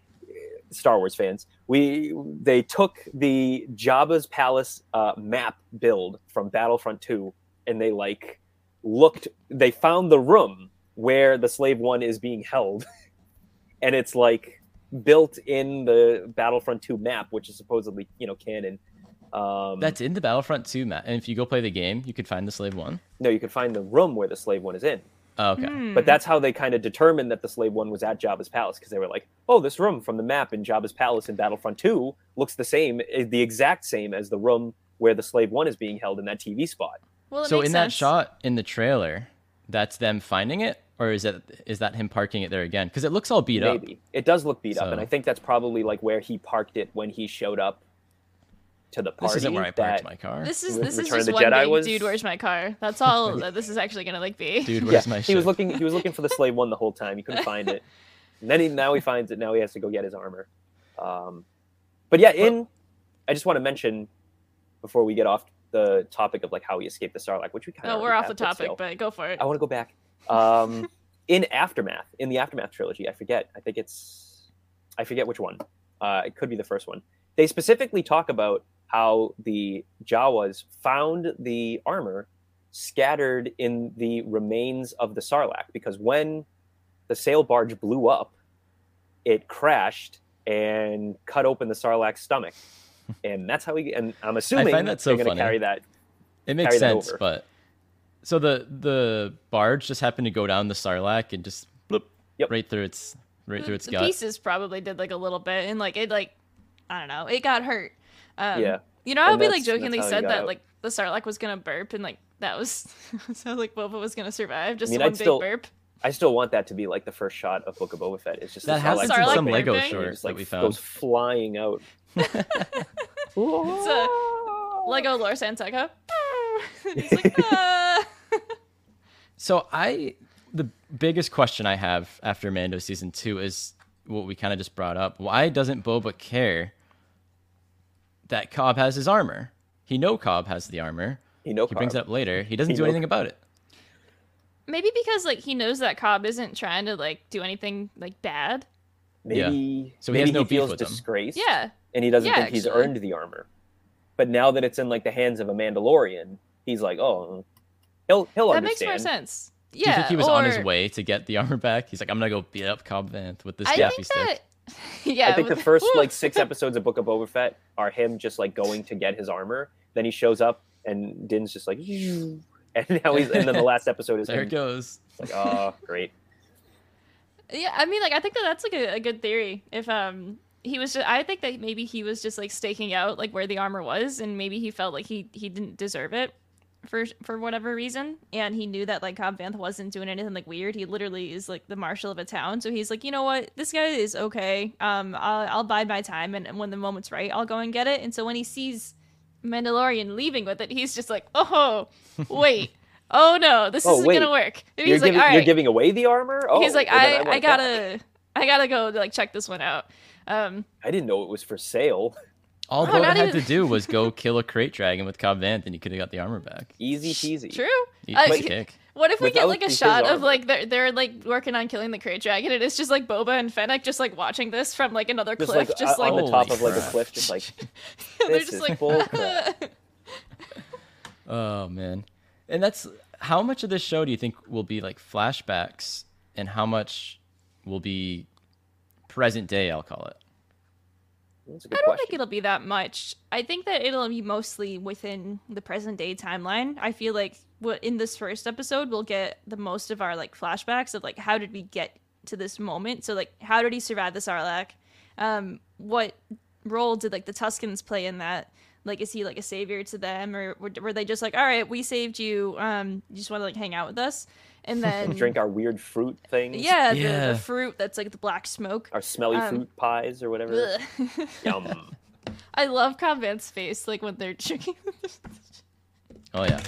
[SPEAKER 2] Star Wars fans we they took the Jabba's palace uh, map build from Battlefront Two and they like looked they found the room where the slave one is being held, and it's like built in the Battlefront Two map, which is supposedly you know canon. Um,
[SPEAKER 1] that's in the Battlefront 2 map. And if you go play the game, you could find the Slave 1.
[SPEAKER 2] No, you could find the room where the slave one is in.
[SPEAKER 1] Oh, okay.
[SPEAKER 3] Hmm.
[SPEAKER 2] But that's how they kind of determined that the slave one was at Jabba's palace because they were like, "Oh, this room from the map in Jabba's palace in Battlefront 2 looks the same, eh, the exact same as the room where the slave one is being held in that TV spot."
[SPEAKER 3] well, it
[SPEAKER 1] so
[SPEAKER 3] makes
[SPEAKER 1] in that
[SPEAKER 3] sense.
[SPEAKER 1] shot in the trailer, that's them finding it, or is that is that him parking it there again? Because it looks all beat up.
[SPEAKER 2] Maybe. It does look beat up, and
[SPEAKER 1] So-
[SPEAKER 2] I think that's probably like where he parked it when he showed up to the party.
[SPEAKER 1] This isn't where I parked
[SPEAKER 2] that-
[SPEAKER 1] my car.
[SPEAKER 3] This is this is
[SPEAKER 2] Return of
[SPEAKER 3] just
[SPEAKER 2] the
[SPEAKER 3] one
[SPEAKER 2] Jedi
[SPEAKER 3] big
[SPEAKER 2] was-
[SPEAKER 3] dude. Where's my car? That's all. that this is actually gonna like be.
[SPEAKER 1] Dude,
[SPEAKER 2] Yeah,
[SPEAKER 1] where's my
[SPEAKER 2] he was
[SPEAKER 1] shit?
[SPEAKER 2] looking he was looking for the slave one the whole time. He couldn't find it. And then he now he finds it. Now he has to go get his armor. Um, but yeah, in I just want to mention before we get off the topic of like how he escaped the Sarlacc, which we kind of
[SPEAKER 3] No, we're off the topic, but go for it.
[SPEAKER 2] I want to go back. Um, in Aftermath, in the Aftermath trilogy, I forget. I think it's I forget which one. Uh, it could be the first one. They specifically talk about how the Jawas found the armor scattered in the remains of the Sarlacc because when the sail barge blew up, it crashed and cut open the Sarlacc's stomach. And that's how we. And I'm assuming
[SPEAKER 1] that so
[SPEAKER 2] they're going
[SPEAKER 1] funny.
[SPEAKER 2] to carry that
[SPEAKER 1] It makes
[SPEAKER 2] carry that
[SPEAKER 1] sense,
[SPEAKER 2] over.
[SPEAKER 1] but so the the barge just happened to go down the Sarlacc and just bloop
[SPEAKER 2] Yep.
[SPEAKER 1] right through its right through its
[SPEAKER 3] Mm, the
[SPEAKER 1] gut.
[SPEAKER 3] pieces probably did like a little bit and like it like i don't know it got hurt um,
[SPEAKER 2] Yeah.
[SPEAKER 3] you know how
[SPEAKER 2] And
[SPEAKER 3] we like
[SPEAKER 2] that's- that's
[SPEAKER 3] jokingly
[SPEAKER 2] how he
[SPEAKER 3] said
[SPEAKER 2] got
[SPEAKER 3] that
[SPEAKER 2] out.
[SPEAKER 3] like the sarlacc was gonna burp and like that was so like boba was gonna survive just
[SPEAKER 2] mean,
[SPEAKER 3] one
[SPEAKER 2] I'd
[SPEAKER 3] big
[SPEAKER 2] still-
[SPEAKER 3] burp
[SPEAKER 2] I still want that to be like the first shot of Book of Boba Fett. It's just
[SPEAKER 1] That
[SPEAKER 2] the
[SPEAKER 1] happens
[SPEAKER 2] Sarlacc
[SPEAKER 1] in
[SPEAKER 3] Sarlacc
[SPEAKER 1] some
[SPEAKER 3] pit
[SPEAKER 1] Lego
[SPEAKER 3] thing?
[SPEAKER 2] and it
[SPEAKER 1] shorts
[SPEAKER 2] just, like,
[SPEAKER 1] that we
[SPEAKER 2] goes
[SPEAKER 1] found.
[SPEAKER 2] flying out.
[SPEAKER 3] it's a lego lore santeca and he's like ah.
[SPEAKER 1] So I the biggest question I have after Mando season two is what we kind of just brought up. Why doesn't Boba care that Cobb has his armor? He know Cobb has the armor.
[SPEAKER 2] You know,
[SPEAKER 1] He brings it up later. He doesn't
[SPEAKER 2] He
[SPEAKER 1] do
[SPEAKER 2] know
[SPEAKER 1] anything about it.
[SPEAKER 3] maybe because like he knows that cobb isn't trying to like do anything like bad
[SPEAKER 2] Maybe,
[SPEAKER 1] So he
[SPEAKER 2] maybe
[SPEAKER 1] has no beef
[SPEAKER 2] feels
[SPEAKER 1] with him.
[SPEAKER 2] disgraced.
[SPEAKER 3] yeah
[SPEAKER 2] and he doesn't
[SPEAKER 3] Yeah,
[SPEAKER 2] think he's
[SPEAKER 3] actually.
[SPEAKER 2] earned the armor. But now that it's in like the hands of a Mandalorian, he's like, oh, he'll he'll
[SPEAKER 3] that makes
[SPEAKER 2] understand.
[SPEAKER 3] more sense yeah
[SPEAKER 1] Do you think he was
[SPEAKER 3] or...
[SPEAKER 1] on his way to get the armor back? He's like, I'm gonna go beat up Cobb Vanth with this
[SPEAKER 3] i
[SPEAKER 1] gaffy
[SPEAKER 3] think
[SPEAKER 1] stick.
[SPEAKER 3] that yeah
[SPEAKER 2] I think the
[SPEAKER 3] with-
[SPEAKER 2] first
[SPEAKER 3] Woo.
[SPEAKER 2] like six episodes of Book of Boba Fett are him just like going to get his armor. Then he shows up, and Din's just like, and now he's, and then the last episode is
[SPEAKER 1] There
[SPEAKER 2] him
[SPEAKER 1] it goes.
[SPEAKER 2] Like, oh, great.
[SPEAKER 3] Yeah, I mean, like I think that that's like a, a good theory. If um he was just, I think that maybe he was just like staking out like where the armor was, and maybe he felt like he he didn't deserve it for for whatever reason, and he knew that like Cobb Vanth wasn't doing anything like weird. He literally is like the marshal of a town, so he's like, you know what, this guy is okay. Um, I'll I'll bide my time, and, and when the moment's right, I'll go and get it. And so when he sees Mandalorian leaving with it, he's just like, oh wait. Oh no, this
[SPEAKER 2] Oh,
[SPEAKER 3] isn't
[SPEAKER 2] wait.
[SPEAKER 3] gonna work. He's
[SPEAKER 2] you're,
[SPEAKER 3] like,
[SPEAKER 2] giving,
[SPEAKER 3] all
[SPEAKER 2] you're
[SPEAKER 3] right,
[SPEAKER 2] giving away the armor. Oh,
[SPEAKER 3] he's like,
[SPEAKER 2] well, then
[SPEAKER 3] I, I,
[SPEAKER 2] want
[SPEAKER 3] gotta,
[SPEAKER 2] that.
[SPEAKER 3] I gotta go to, like check this one out. Um,
[SPEAKER 2] I didn't know it was for sale.
[SPEAKER 1] All
[SPEAKER 3] Oh,
[SPEAKER 1] Boba
[SPEAKER 3] not
[SPEAKER 1] had
[SPEAKER 3] even-
[SPEAKER 1] to do was go kill a crate dragon with Cobb Vanth, and he could have got the armor back.
[SPEAKER 2] Easy peasy.
[SPEAKER 3] true.
[SPEAKER 1] Eat
[SPEAKER 3] Uh,
[SPEAKER 1] this
[SPEAKER 3] he-
[SPEAKER 1] kick.
[SPEAKER 3] What if we get
[SPEAKER 2] Without
[SPEAKER 3] like a
[SPEAKER 2] his
[SPEAKER 3] shot of
[SPEAKER 2] armor.
[SPEAKER 3] like they're they're like working on killing the crate dragon, and it's just like Boba and Fennec just like watching this from like another
[SPEAKER 2] Just
[SPEAKER 3] cliff,
[SPEAKER 2] like
[SPEAKER 3] just
[SPEAKER 2] on
[SPEAKER 3] like
[SPEAKER 2] the top
[SPEAKER 1] Holy
[SPEAKER 2] of like a
[SPEAKER 1] crap.
[SPEAKER 2] cliff, just like
[SPEAKER 3] they're
[SPEAKER 2] this
[SPEAKER 3] just
[SPEAKER 2] is
[SPEAKER 3] like
[SPEAKER 2] bull crap.
[SPEAKER 1] Oh man, and that's how much of this show do you think will be like flashbacks, and how much will be present day? I'll call it.
[SPEAKER 2] that's a
[SPEAKER 3] I
[SPEAKER 2] good
[SPEAKER 3] don't
[SPEAKER 2] question.
[SPEAKER 3] think it'll be that much. I think that it'll be mostly within the present day timeline. I feel like wha- in this first episode, we'll get the most of our like flashbacks of like how did we get to this moment. So like how did he survive the Sarlacc? Um, what role did like the Tuscans play in that? Like is he like a savior to them, or were, were they just like all right, we saved you. Um, you just want to like hang out with us, and then
[SPEAKER 2] Drink our weird fruit things.
[SPEAKER 3] yeah, The,
[SPEAKER 1] Yeah.
[SPEAKER 3] the fruit that's like the black smoke.
[SPEAKER 2] Our smelly
[SPEAKER 3] Um,
[SPEAKER 2] fruit pies or whatever.
[SPEAKER 3] Ugh.
[SPEAKER 2] Yum.
[SPEAKER 3] I love Convent's face, like when they're drinking.
[SPEAKER 1] Oh yeah,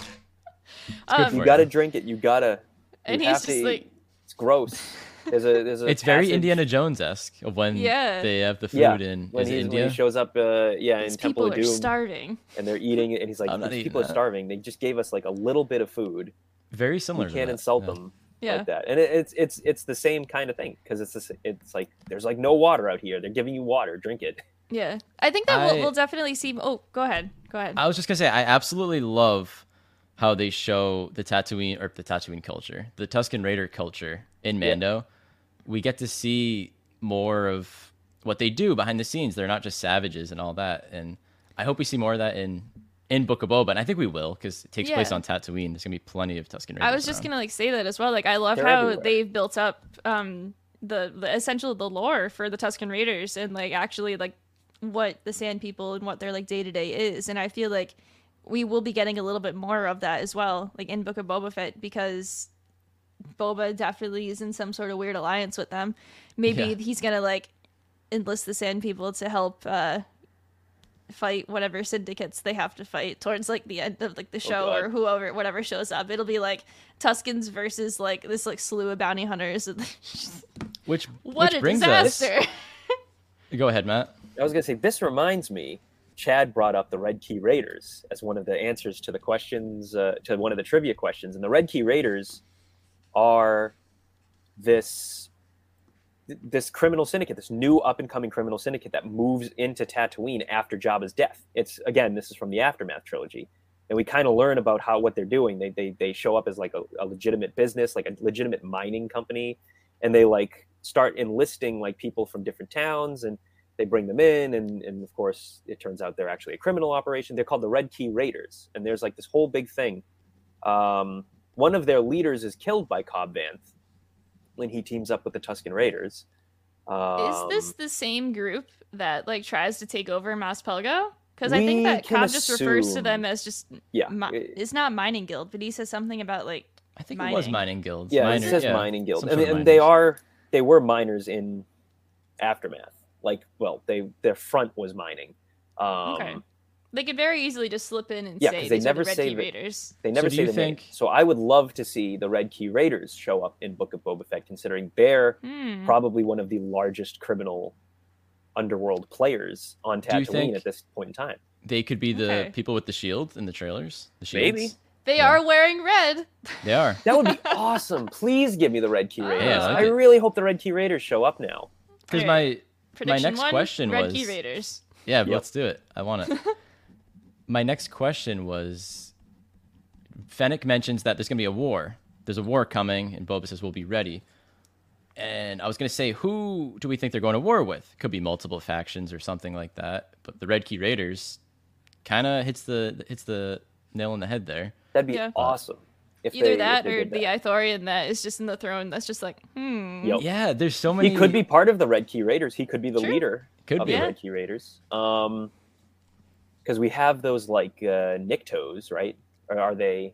[SPEAKER 1] good
[SPEAKER 3] um,
[SPEAKER 1] for
[SPEAKER 2] You gotta drink it. You gotta.
[SPEAKER 3] and
[SPEAKER 2] you
[SPEAKER 3] he's
[SPEAKER 2] have
[SPEAKER 3] just
[SPEAKER 2] to eat.
[SPEAKER 3] like,
[SPEAKER 2] It's gross. There's a there's a.
[SPEAKER 1] it's very
[SPEAKER 2] passage-
[SPEAKER 1] Indiana Jones esque of when
[SPEAKER 3] Yeah.
[SPEAKER 1] they have the food
[SPEAKER 2] Yeah,
[SPEAKER 1] in
[SPEAKER 2] When,
[SPEAKER 1] is
[SPEAKER 2] he,
[SPEAKER 1] it
[SPEAKER 2] when
[SPEAKER 1] India.
[SPEAKER 2] he shows up, uh, yeah,
[SPEAKER 3] these
[SPEAKER 2] in Temple of
[SPEAKER 3] people are
[SPEAKER 2] Doom,
[SPEAKER 3] starving.
[SPEAKER 2] and they're eating it, and he's like,
[SPEAKER 1] I'm not
[SPEAKER 2] "These
[SPEAKER 1] eating
[SPEAKER 2] people are
[SPEAKER 1] that."
[SPEAKER 2] starving. They just gave us like a little bit of food.
[SPEAKER 1] very similar.
[SPEAKER 2] You
[SPEAKER 1] to
[SPEAKER 2] can't
[SPEAKER 1] that,
[SPEAKER 2] insult
[SPEAKER 1] yeah.
[SPEAKER 2] them
[SPEAKER 3] Yeah.
[SPEAKER 2] like that." And it, it's it's it's the same kind of thing because it's this, it's like there's like no water out here. They're giving you water. Drink it.
[SPEAKER 3] Yeah. I think that
[SPEAKER 1] I-
[SPEAKER 3] we'll, we'll definitely see. Oh, go ahead. Go ahead.
[SPEAKER 1] I was just gonna say, I absolutely love how they show the Tatooine or the Tatooine culture, the Tuscan Raider culture in Mando. We get to see more of what they do behind the scenes. They're not just savages and all that. And I hope we see more of that in in Book of Boba. And I think we will because it takes place
[SPEAKER 3] Yeah.
[SPEAKER 1] on Tatooine. There's gonna be plenty of Tuscan Raiders.
[SPEAKER 3] I was just
[SPEAKER 1] around.
[SPEAKER 3] gonna like say that as well. Like I love
[SPEAKER 2] They're
[SPEAKER 3] how
[SPEAKER 2] everywhere.
[SPEAKER 3] they've built up um the, the essential the lore for the Tuscan Raiders and like actually like what the Sand People and what their like day to day is. And I feel like we will be getting a little bit more of that as well, like in Book of Boba Fett, because Boba definitely is in some sort of weird alliance with them. Maybe
[SPEAKER 1] Yeah.
[SPEAKER 3] he's gonna like enlist the Sand People to help uh fight whatever syndicates they have to fight towards like the end of like the show
[SPEAKER 2] Oh, God.
[SPEAKER 3] or whoever whatever shows up it'll be like tuscans versus like this like slew of bounty hunters
[SPEAKER 1] Which
[SPEAKER 3] what
[SPEAKER 1] which
[SPEAKER 3] a
[SPEAKER 1] brings
[SPEAKER 3] disaster
[SPEAKER 1] us. Go ahead, Matt.
[SPEAKER 2] I was gonna say this reminds me. Chad brought up the Red Key Raiders as one of the answers to the questions uh, to one of the trivia questions, and the Red Key Raiders are this this criminal syndicate, this new up and coming criminal syndicate that moves into Tatooine after Jabba's death. It's again, this is from the Aftermath trilogy, and we kind of learn about how what they're doing. They they they show up as like a, a legitimate business, like a legitimate mining company, and they like start enlisting like people from different towns and they bring them in and, and of course it turns out they're actually a criminal operation they're called the red key raiders and there's like this whole big thing um, one of their leaders is killed by cobb vanth when he teams up with the tuscan raiders
[SPEAKER 3] is
[SPEAKER 2] um,
[SPEAKER 3] this the same group that like tries to take over Mas Pelgo? Because I
[SPEAKER 2] We
[SPEAKER 3] think that
[SPEAKER 2] can
[SPEAKER 3] Cobb just refers to
[SPEAKER 2] assume-
[SPEAKER 3] them as just
[SPEAKER 2] yeah
[SPEAKER 3] mi-
[SPEAKER 2] it-
[SPEAKER 3] it's not mining guild, but he says something about like
[SPEAKER 1] I think it was
[SPEAKER 3] Mining.
[SPEAKER 1] mining guilds.
[SPEAKER 2] yeah
[SPEAKER 1] Miner-
[SPEAKER 2] it says
[SPEAKER 1] yeah,
[SPEAKER 2] mining guild
[SPEAKER 1] some
[SPEAKER 2] and,
[SPEAKER 1] sort of
[SPEAKER 2] and they
[SPEAKER 1] miners.
[SPEAKER 2] are they were miners in aftermath like well they their front was mining um,
[SPEAKER 3] Okay. they could very easily just slip in and
[SPEAKER 2] Yeah,
[SPEAKER 3] say
[SPEAKER 2] 'cause they
[SPEAKER 3] these
[SPEAKER 2] never
[SPEAKER 3] are the Red
[SPEAKER 2] say
[SPEAKER 3] Key
[SPEAKER 2] that-
[SPEAKER 3] Raiders.
[SPEAKER 2] They never
[SPEAKER 1] do
[SPEAKER 2] say
[SPEAKER 1] you
[SPEAKER 2] the name.
[SPEAKER 1] think-
[SPEAKER 2] So I would love to see the Red Key Raiders show up in Book of Boba Fett, considering they're
[SPEAKER 3] Hmm.
[SPEAKER 2] probably one of the largest criminal underworld players on
[SPEAKER 1] Do you
[SPEAKER 2] Tatooine
[SPEAKER 1] think-
[SPEAKER 2] at this point in time.
[SPEAKER 1] They could be the
[SPEAKER 3] Okay.
[SPEAKER 1] people with the shield in the trailers. The shields.
[SPEAKER 2] Maybe.
[SPEAKER 3] They
[SPEAKER 1] Yeah.
[SPEAKER 3] are wearing red.
[SPEAKER 1] They are.
[SPEAKER 2] That would be awesome. Please give me the Red Key
[SPEAKER 3] Yeah,
[SPEAKER 2] Raiders.
[SPEAKER 1] I like
[SPEAKER 2] I
[SPEAKER 1] it.
[SPEAKER 2] really hope the Red Key Raiders show up now.
[SPEAKER 1] Because
[SPEAKER 3] Alright.
[SPEAKER 1] my
[SPEAKER 3] Prediction
[SPEAKER 1] next
[SPEAKER 3] one,
[SPEAKER 1] question
[SPEAKER 3] Red
[SPEAKER 1] was-
[SPEAKER 3] Key Raiders.
[SPEAKER 1] Yeah,
[SPEAKER 2] Yep.
[SPEAKER 1] let's do it. I want it. My next question was Fennec mentions that there's going to be a war. There's a war coming, and Boba says, We'll be ready. And I was going to say, who do we think they're going to war with? Could be multiple factions or something like that. But the Red Key Raiders kind of hits the hits the nail on the head there.
[SPEAKER 2] That'd be
[SPEAKER 3] Yeah.
[SPEAKER 2] awesome. If
[SPEAKER 3] Either
[SPEAKER 2] they- if
[SPEAKER 3] that
[SPEAKER 2] they
[SPEAKER 3] or
[SPEAKER 2] did
[SPEAKER 3] the Ithorian that is just in the throne. That's just like, hmm.
[SPEAKER 2] Yep.
[SPEAKER 1] Yeah, there's so many.
[SPEAKER 2] He could be part of the Red Key Raiders. He could be the
[SPEAKER 3] Sure.
[SPEAKER 2] leader
[SPEAKER 1] Could
[SPEAKER 2] of
[SPEAKER 1] be.
[SPEAKER 2] the Red Key Raiders. Um, because we have those like uh, Nictos, right? Or are they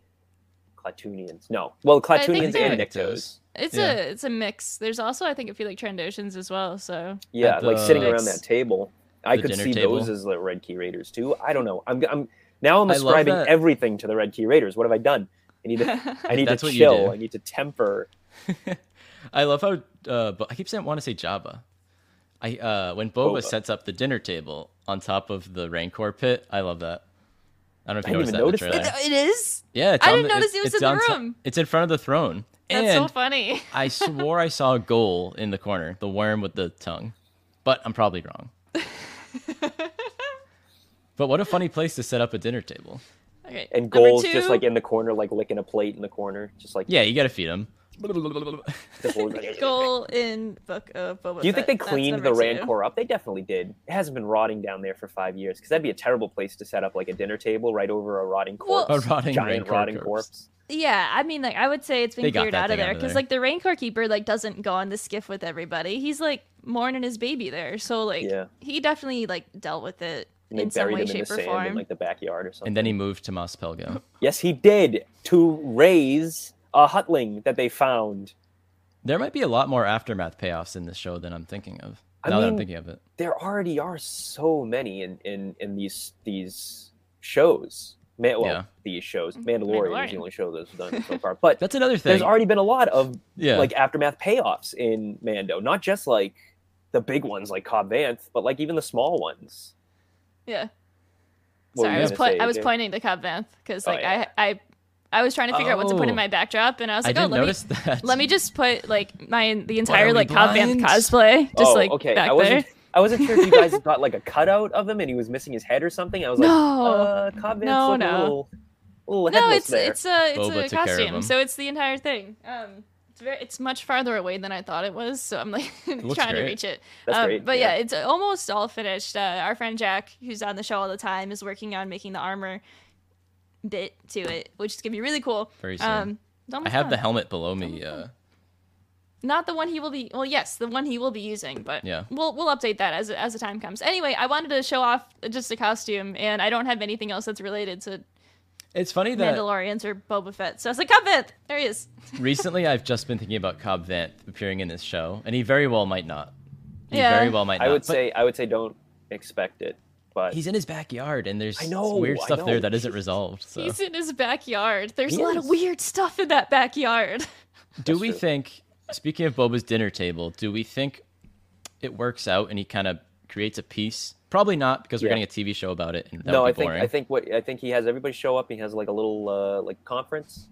[SPEAKER 2] Clatoonians? No. Well,
[SPEAKER 3] I think
[SPEAKER 2] Clatoonians and
[SPEAKER 3] they're-
[SPEAKER 2] Nictos.
[SPEAKER 3] It's
[SPEAKER 1] Yeah.
[SPEAKER 3] a it's a mix. There's also I think a few like Trandoshans as well. So
[SPEAKER 2] Yeah,
[SPEAKER 1] At
[SPEAKER 2] like
[SPEAKER 1] the-
[SPEAKER 2] sitting around
[SPEAKER 3] Nice.
[SPEAKER 2] that table. I
[SPEAKER 1] The
[SPEAKER 2] could
[SPEAKER 1] dinner
[SPEAKER 2] see
[SPEAKER 1] table.
[SPEAKER 2] those as the Red Key Raiders too. I don't know. I'm, I'm now I'm
[SPEAKER 1] I love
[SPEAKER 2] ascribing
[SPEAKER 1] that. everything
[SPEAKER 2] everything to the Red Key Raiders. What have I done? I need to. I need to
[SPEAKER 1] That's what you do.
[SPEAKER 2] chill. I need to temper.
[SPEAKER 1] I love how uh, Bo- I keep saying want to say Jabba. I uh, when Boba,
[SPEAKER 2] Boba.
[SPEAKER 1] sets up the dinner table on top of the Rancor pit, I love that. I don't know if
[SPEAKER 2] I
[SPEAKER 1] you
[SPEAKER 2] didn't
[SPEAKER 1] noticed that
[SPEAKER 2] even
[SPEAKER 1] in the trailer.
[SPEAKER 2] notice that.
[SPEAKER 3] It is.
[SPEAKER 1] Yeah, it's
[SPEAKER 3] I
[SPEAKER 1] on
[SPEAKER 3] didn't
[SPEAKER 1] the-
[SPEAKER 3] notice it was
[SPEAKER 1] it's
[SPEAKER 3] in the
[SPEAKER 1] on so-
[SPEAKER 3] room.
[SPEAKER 1] it's in front of the throne.
[SPEAKER 3] That's
[SPEAKER 1] and
[SPEAKER 3] so funny.
[SPEAKER 1] I swore I saw a goal in the corner, the worm with the tongue, but I'm probably wrong. but what a funny place to set up a dinner table.
[SPEAKER 3] Okay.
[SPEAKER 2] And
[SPEAKER 3] number
[SPEAKER 2] goals
[SPEAKER 3] two,
[SPEAKER 2] just like in the corner, like licking a plate in the corner, just like
[SPEAKER 1] Yeah, you gotta feed him.
[SPEAKER 2] just- Do
[SPEAKER 3] goal in Book of Boba.
[SPEAKER 2] you think they
[SPEAKER 3] Fett. That's
[SPEAKER 2] cleaned
[SPEAKER 3] number
[SPEAKER 2] the
[SPEAKER 3] two.
[SPEAKER 2] Rancor up? They definitely did. It hasn't been rotting down there for five years because that'd be a terrible place to set up like a dinner table right over a rotting
[SPEAKER 3] Well-
[SPEAKER 2] corpse,
[SPEAKER 1] A rotting
[SPEAKER 2] giant
[SPEAKER 1] Rancor
[SPEAKER 2] rotting
[SPEAKER 1] corpse.
[SPEAKER 2] corpse.
[SPEAKER 3] Yeah, I mean, like I would say it's been
[SPEAKER 1] They got
[SPEAKER 3] cleared
[SPEAKER 1] that
[SPEAKER 3] out of
[SPEAKER 1] thing
[SPEAKER 3] there
[SPEAKER 1] out of
[SPEAKER 3] because
[SPEAKER 1] there.
[SPEAKER 3] like the Rancor keeper like doesn't go on the skiff with everybody. He's like mourning his baby there, so like
[SPEAKER 2] Yeah.
[SPEAKER 3] he definitely like dealt with it
[SPEAKER 2] And they
[SPEAKER 3] in some
[SPEAKER 2] buried
[SPEAKER 3] way,
[SPEAKER 2] him in the
[SPEAKER 3] shape, or
[SPEAKER 2] sand
[SPEAKER 3] form.
[SPEAKER 2] in like the backyard or something.
[SPEAKER 1] And then he moved to Mos Pelgo.
[SPEAKER 2] yes, he did to raise a hutling that they found.
[SPEAKER 1] There might be a lot more aftermath payoffs in this show than I'm thinking of.
[SPEAKER 2] I
[SPEAKER 1] now that I'm
[SPEAKER 2] mean-
[SPEAKER 1] thinking of it.
[SPEAKER 2] There already are so many in in in these these shows. Man, well,
[SPEAKER 1] Yeah.
[SPEAKER 2] these shows. Mandalorian is
[SPEAKER 3] Mm, Mandalorian.
[SPEAKER 2] the only show that's done so far, but.
[SPEAKER 1] That's another thing.
[SPEAKER 2] There's already been a lot of
[SPEAKER 1] yeah.
[SPEAKER 2] like aftermath payoffs in Mando, not just like the big ones like Cobb Vanth, but like even the small ones.
[SPEAKER 3] Yeah.
[SPEAKER 2] What were
[SPEAKER 3] Sorry,
[SPEAKER 2] you
[SPEAKER 3] I was
[SPEAKER 2] gonna
[SPEAKER 3] po-
[SPEAKER 2] say,
[SPEAKER 3] I was
[SPEAKER 2] Jay?
[SPEAKER 3] pointing to Cobb Vanth because
[SPEAKER 2] Oh,
[SPEAKER 3] like
[SPEAKER 2] yeah.
[SPEAKER 3] I I I was trying to figure out what to put
[SPEAKER 1] Oh.
[SPEAKER 3] in my backdrop, and I was
[SPEAKER 1] I
[SPEAKER 3] like, oh,
[SPEAKER 1] didn't
[SPEAKER 3] let me
[SPEAKER 1] notice that.
[SPEAKER 3] let me just put like my the entire
[SPEAKER 1] we,
[SPEAKER 3] like Cobb Vanth
[SPEAKER 1] blind?
[SPEAKER 3] cosplay just
[SPEAKER 2] Oh,
[SPEAKER 3] like
[SPEAKER 2] okay.
[SPEAKER 3] back
[SPEAKER 2] I wasn't
[SPEAKER 3] there.
[SPEAKER 2] I wasn't sure if you guys got like a cutout of him and he was missing his head or something. I was
[SPEAKER 3] No.
[SPEAKER 2] like, uh, Cobb Vanth's
[SPEAKER 3] No,
[SPEAKER 2] looking
[SPEAKER 3] no.
[SPEAKER 2] a little, little
[SPEAKER 3] No,
[SPEAKER 2] headless
[SPEAKER 3] it's
[SPEAKER 2] there.
[SPEAKER 3] it's a it's
[SPEAKER 1] Boba took
[SPEAKER 3] a
[SPEAKER 1] care of
[SPEAKER 3] costume,
[SPEAKER 1] him.
[SPEAKER 3] so it's the entire thing. Um, it's very it's much farther away than I thought it was, so I'm like
[SPEAKER 1] looks
[SPEAKER 3] trying to
[SPEAKER 1] great.
[SPEAKER 3] reach it.
[SPEAKER 2] That's
[SPEAKER 3] um,
[SPEAKER 2] great,
[SPEAKER 3] But yeah.
[SPEAKER 2] yeah.
[SPEAKER 3] it's almost all finished. Uh, our friend Jack, who's on the show all the time, is working on making the armor bit to it, which is gonna be really cool.
[SPEAKER 1] Very soon.
[SPEAKER 3] Um, it's
[SPEAKER 1] I
[SPEAKER 3] almost
[SPEAKER 1] have the
[SPEAKER 3] done.
[SPEAKER 1] helmet below me. Uh,
[SPEAKER 3] Not the one he will be. Well, yes, the one he will be using, but
[SPEAKER 1] Yeah.
[SPEAKER 3] we'll we'll update that as as the time comes. Anyway, I wanted to show off just a costume, and I don't have anything else that's related to
[SPEAKER 1] it's funny that
[SPEAKER 3] Mandalorians or Boba Fett. So I was like, Cobb Vanth, there he is.
[SPEAKER 1] recently I've just been thinking about Cobb Vanth appearing in this show, and he very well might not. He
[SPEAKER 3] Yeah.
[SPEAKER 1] very well might not.
[SPEAKER 2] I would
[SPEAKER 1] but
[SPEAKER 2] say I would say don't expect it. But
[SPEAKER 1] he's in his backyard, and there's
[SPEAKER 2] I know,
[SPEAKER 1] weird
[SPEAKER 2] I
[SPEAKER 1] stuff
[SPEAKER 2] know.
[SPEAKER 1] there that isn't resolved. So,
[SPEAKER 3] He's in his backyard. There's
[SPEAKER 2] He
[SPEAKER 3] a lot of
[SPEAKER 2] is.
[SPEAKER 3] weird stuff in that backyard.
[SPEAKER 1] do
[SPEAKER 2] That's
[SPEAKER 1] we
[SPEAKER 2] true.
[SPEAKER 1] think? Speaking of Boba's dinner table, do we think it works out and he kind of creates a piece? Probably not, because we're
[SPEAKER 2] Yeah.
[SPEAKER 1] getting a TV show about it, and that
[SPEAKER 2] no,
[SPEAKER 1] would be
[SPEAKER 2] I think
[SPEAKER 1] boring.
[SPEAKER 2] I think what I think he has everybody show up. He has like a little uh, like conference.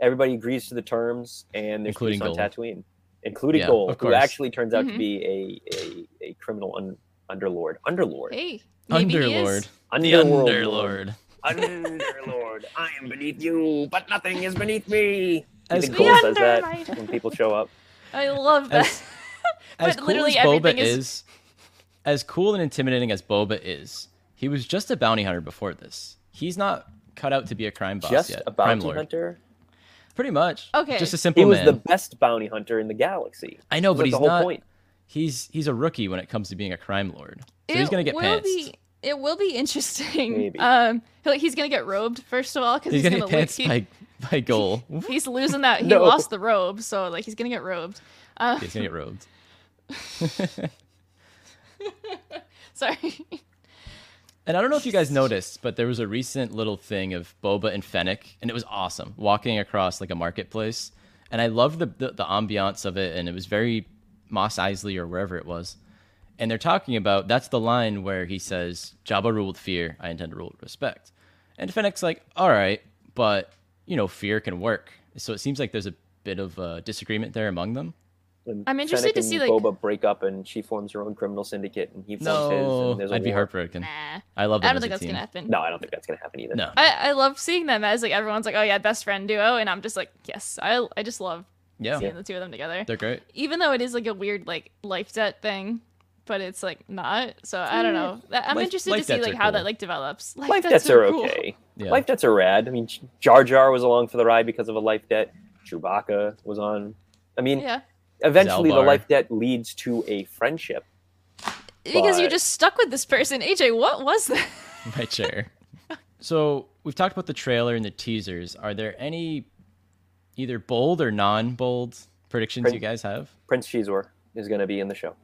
[SPEAKER 2] Everybody agrees to the terms, and there's
[SPEAKER 1] Including
[SPEAKER 2] peace on
[SPEAKER 1] Gold.
[SPEAKER 2] Tatooine, including
[SPEAKER 1] Yeah,
[SPEAKER 2] Gold,
[SPEAKER 1] of
[SPEAKER 2] who
[SPEAKER 1] course.
[SPEAKER 2] actually turns out
[SPEAKER 3] Mhm.
[SPEAKER 2] to be a a, a criminal un, underlord, underlord,
[SPEAKER 3] Hey, maybe he
[SPEAKER 1] Underlord,
[SPEAKER 3] is.
[SPEAKER 1] the
[SPEAKER 2] underworld lord.
[SPEAKER 1] Underlord.
[SPEAKER 2] underlord. I am beneath you, but nothing is beneath me. You
[SPEAKER 1] As
[SPEAKER 2] think
[SPEAKER 1] cool-
[SPEAKER 2] Gold says that
[SPEAKER 3] Underminer.
[SPEAKER 2] when people show up.
[SPEAKER 3] I love that.
[SPEAKER 1] As- as
[SPEAKER 3] But
[SPEAKER 1] cool
[SPEAKER 3] literally
[SPEAKER 1] as Boba
[SPEAKER 3] everything
[SPEAKER 1] is...
[SPEAKER 3] is-
[SPEAKER 1] as cool and intimidating as Boba is, he was just a bounty hunter before this. He's not cut out to be a crime boss
[SPEAKER 2] Just
[SPEAKER 1] yet.
[SPEAKER 2] a
[SPEAKER 1] crime
[SPEAKER 2] bounty
[SPEAKER 1] lord,
[SPEAKER 2] hunter.
[SPEAKER 1] pretty much.
[SPEAKER 3] Okay.
[SPEAKER 1] just a
[SPEAKER 2] He
[SPEAKER 1] simple
[SPEAKER 2] was
[SPEAKER 1] man.
[SPEAKER 2] the best bounty hunter in the galaxy.
[SPEAKER 1] I know,
[SPEAKER 2] That's
[SPEAKER 1] but
[SPEAKER 2] the
[SPEAKER 1] he's
[SPEAKER 2] whole
[SPEAKER 1] not.
[SPEAKER 2] point.
[SPEAKER 1] He's he's a rookie when it comes to being a crime lord. So he's gonna get
[SPEAKER 3] will
[SPEAKER 1] pantsed.
[SPEAKER 3] Be, it will be interesting.
[SPEAKER 2] Maybe.
[SPEAKER 3] Um, he'll- he's gonna get robed first of all because
[SPEAKER 1] He's,
[SPEAKER 3] he's,
[SPEAKER 1] gonna,
[SPEAKER 3] gonna,
[SPEAKER 1] get
[SPEAKER 3] lose.
[SPEAKER 1] pantsed by by goal.
[SPEAKER 3] he, he's losing that. He
[SPEAKER 2] No.
[SPEAKER 3] lost the robe, so like he's gonna get robed. Uh,
[SPEAKER 1] he's gonna get robed.
[SPEAKER 3] sorry.
[SPEAKER 1] And I don't know if you guys noticed, but there was a recent little thing of Boba and Fennec, and it was awesome walking across like a marketplace. And I loved the, the, the ambiance of it, and it was very Moss Isley or wherever it was. And they're talking about that's the line where he says, Jabba ruled fear, I intend to rule with respect. And Fennec's like, all right, but you know, fear can work. So it seems like there's a bit of a disagreement there among them.
[SPEAKER 2] when
[SPEAKER 3] I'm
[SPEAKER 2] Fennec
[SPEAKER 3] interested to
[SPEAKER 2] and
[SPEAKER 3] see, like-
[SPEAKER 2] Boba break up and she forms her own criminal syndicate and he forms his.
[SPEAKER 1] No,
[SPEAKER 2] And there's a
[SPEAKER 1] I'd be
[SPEAKER 2] war.
[SPEAKER 1] heartbroken.
[SPEAKER 3] Nah,
[SPEAKER 1] I love them
[SPEAKER 3] I don't
[SPEAKER 1] as
[SPEAKER 3] think
[SPEAKER 1] a
[SPEAKER 3] that's
[SPEAKER 1] team.
[SPEAKER 3] gonna happen.
[SPEAKER 2] No, I don't think that's gonna happen either.
[SPEAKER 1] No.
[SPEAKER 3] I, I love seeing them as like everyone's like, oh yeah, best friend duo, and I'm just like, yes, I I just love
[SPEAKER 1] Yeah,
[SPEAKER 3] seeing the two of them together.
[SPEAKER 1] they're great.
[SPEAKER 3] Even though it is like a weird like life debt thing, but it's like not. So I don't know. That-
[SPEAKER 2] Mm.
[SPEAKER 3] I'm
[SPEAKER 1] Life-
[SPEAKER 3] interested
[SPEAKER 1] life
[SPEAKER 3] to see
[SPEAKER 1] debts
[SPEAKER 3] like
[SPEAKER 1] are
[SPEAKER 3] how
[SPEAKER 1] cool.
[SPEAKER 3] that like develops. Life,
[SPEAKER 2] Life
[SPEAKER 3] debts
[SPEAKER 2] debts are
[SPEAKER 3] cool.
[SPEAKER 2] okay.
[SPEAKER 1] Yeah.
[SPEAKER 2] Life debts are rad. I mean, Jar Jar was along for the ride because of a life debt. Chewbacca was on. I mean,
[SPEAKER 3] Yeah,
[SPEAKER 2] eventually the
[SPEAKER 1] Zalbar.
[SPEAKER 2] life debt leads to a friendship.
[SPEAKER 3] because you're
[SPEAKER 2] But-
[SPEAKER 3] just stuck with this person. AJ, what was that?
[SPEAKER 1] my chair. so we've talked about the trailer and the teasers. Are there any either bold or non-bold predictions
[SPEAKER 2] Prin-
[SPEAKER 1] you guys have?
[SPEAKER 2] Prince Shizor is gonna be in the show.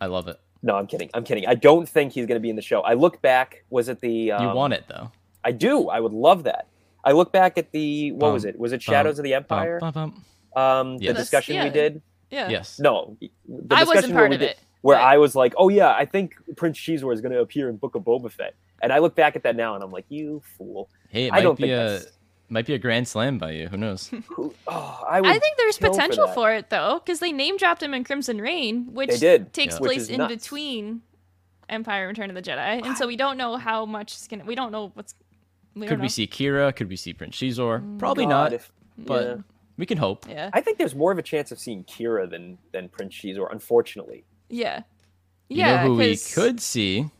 [SPEAKER 1] I love it.
[SPEAKER 2] No, I'm kidding. I'm kidding. I don't think he's gonna be in the show. I look back. Was it the? Um,
[SPEAKER 1] you want it though.
[SPEAKER 2] I do. I would love that. I look back at the what
[SPEAKER 1] Bum,
[SPEAKER 2] was it? Was it Shadows of the
[SPEAKER 1] Bum,
[SPEAKER 2] Empire?
[SPEAKER 1] bum, bum.
[SPEAKER 2] Um,
[SPEAKER 1] Yes.
[SPEAKER 2] the discussion we
[SPEAKER 3] Yeah.
[SPEAKER 2] did.
[SPEAKER 3] Yeah.
[SPEAKER 1] Yes.
[SPEAKER 2] No, the
[SPEAKER 3] I wasn't
[SPEAKER 2] discussion where
[SPEAKER 3] part
[SPEAKER 2] we
[SPEAKER 3] of
[SPEAKER 2] did-
[SPEAKER 3] it,
[SPEAKER 2] Where
[SPEAKER 3] but-
[SPEAKER 2] I was like, "Oh yeah, I think Prince Shizor is going to appear in Book of Boba Fett," And I look back at that now and I'm like, you fool.
[SPEAKER 1] Hey, it
[SPEAKER 2] I
[SPEAKER 1] might
[SPEAKER 2] don't
[SPEAKER 1] be
[SPEAKER 2] think
[SPEAKER 1] a
[SPEAKER 2] that's-
[SPEAKER 1] might be a grand slam by you. Who knows?
[SPEAKER 2] Who, oh, I, would
[SPEAKER 3] I think there's
[SPEAKER 2] kill
[SPEAKER 3] potential
[SPEAKER 2] that.
[SPEAKER 3] for, it though, because they name dropped him in Crimson Rain, which
[SPEAKER 2] They did,
[SPEAKER 3] takes
[SPEAKER 1] yeah.
[SPEAKER 2] which
[SPEAKER 3] place
[SPEAKER 2] is
[SPEAKER 3] in
[SPEAKER 2] nuts.
[SPEAKER 3] between Empire and Return of the Jedi, and so we don't know how much is gonna. We don't know what's. We
[SPEAKER 1] Could
[SPEAKER 3] don't
[SPEAKER 1] we
[SPEAKER 3] know. Mm.
[SPEAKER 1] see Kira? Could we see Prince Shizor? Probably
[SPEAKER 2] God,
[SPEAKER 1] not,
[SPEAKER 2] if-
[SPEAKER 1] but
[SPEAKER 2] yeah.
[SPEAKER 1] we can hope.
[SPEAKER 3] Yeah,
[SPEAKER 2] I think there's more of a chance of seeing Kira than than Prince Shizor, unfortunately.
[SPEAKER 3] yeah,
[SPEAKER 1] You
[SPEAKER 3] yeah.
[SPEAKER 1] know who we
[SPEAKER 3] 'cause-
[SPEAKER 1] could see?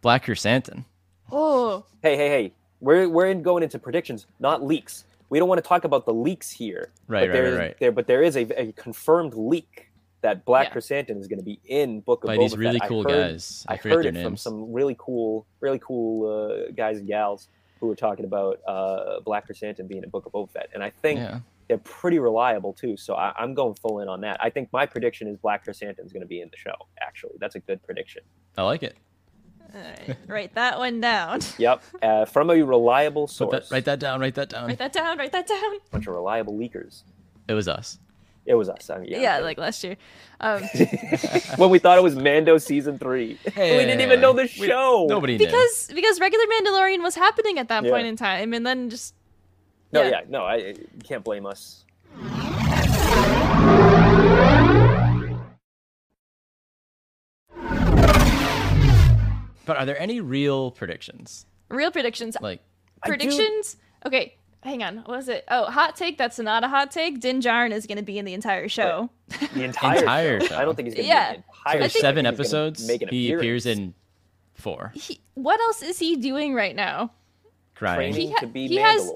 [SPEAKER 1] Black Chrysanthemum.
[SPEAKER 3] Oh,
[SPEAKER 2] Hey, hey, hey. We're we're in going into predictions, not leaks. We don't want to talk about the leaks here.
[SPEAKER 1] Right,
[SPEAKER 2] but
[SPEAKER 1] right,
[SPEAKER 2] there
[SPEAKER 1] right,
[SPEAKER 2] is-
[SPEAKER 1] right.
[SPEAKER 2] There, but there is a, a confirmed leak that Black
[SPEAKER 3] Yeah.
[SPEAKER 2] Chrysanthemum is going to be in Book of
[SPEAKER 1] By
[SPEAKER 2] Boba
[SPEAKER 1] these
[SPEAKER 2] Fett.
[SPEAKER 1] really
[SPEAKER 2] I
[SPEAKER 1] cool
[SPEAKER 2] heard-
[SPEAKER 1] guys. I,
[SPEAKER 2] I
[SPEAKER 1] forget
[SPEAKER 2] heard
[SPEAKER 1] their
[SPEAKER 2] it from
[SPEAKER 1] names.
[SPEAKER 2] some really cool, really cool uh, guys and gals who were talking about uh, Black Chrysanthemum being in Book of Boba Fett, and I think
[SPEAKER 1] yeah.
[SPEAKER 2] they're pretty reliable too. So I, I'm going full in on that. I think my prediction is Black Chrysanthemum is going to be in the show. Actually, that's a good prediction.
[SPEAKER 1] I like it.
[SPEAKER 3] Alright, write that one down.
[SPEAKER 2] Yep, uh, from a reliable
[SPEAKER 1] Put
[SPEAKER 2] source.
[SPEAKER 1] that, write that down. Write that down.
[SPEAKER 3] write that down. Write that down.
[SPEAKER 2] bunch of reliable leakers.
[SPEAKER 1] It was us.
[SPEAKER 2] It was us. I mean, yeah,
[SPEAKER 3] Yeah, like last year. Um,
[SPEAKER 2] when we thought it was Mando season three. We didn't even know the
[SPEAKER 1] We-
[SPEAKER 2] show.
[SPEAKER 1] Nobody knew.
[SPEAKER 3] because because regular Mandalorian was happening at that
[SPEAKER 2] Yeah.
[SPEAKER 3] point in time, and then just
[SPEAKER 2] No,
[SPEAKER 3] yeah.
[SPEAKER 2] yeah, no, I you can't blame us.
[SPEAKER 1] But are there any real predictions?
[SPEAKER 3] real predictions.
[SPEAKER 1] Like,
[SPEAKER 2] I do-
[SPEAKER 3] predictions. Okay, hang on. What was it? Oh, hot take. That's not a hot take. Din Djarin is going to be in the entire show.
[SPEAKER 2] The entire,
[SPEAKER 1] Entire show.
[SPEAKER 2] I don't think he's gonna
[SPEAKER 3] Yeah.
[SPEAKER 2] be an entire.
[SPEAKER 1] there's
[SPEAKER 2] show.
[SPEAKER 1] seven
[SPEAKER 2] I think he's gonna
[SPEAKER 1] episodes.
[SPEAKER 2] Make an
[SPEAKER 1] He appears
[SPEAKER 2] appearance.
[SPEAKER 1] in four.
[SPEAKER 3] He, what else is he doing right now?
[SPEAKER 1] Crying.
[SPEAKER 2] training
[SPEAKER 3] He ha-
[SPEAKER 2] to be
[SPEAKER 3] he
[SPEAKER 2] Mandalore.
[SPEAKER 3] has-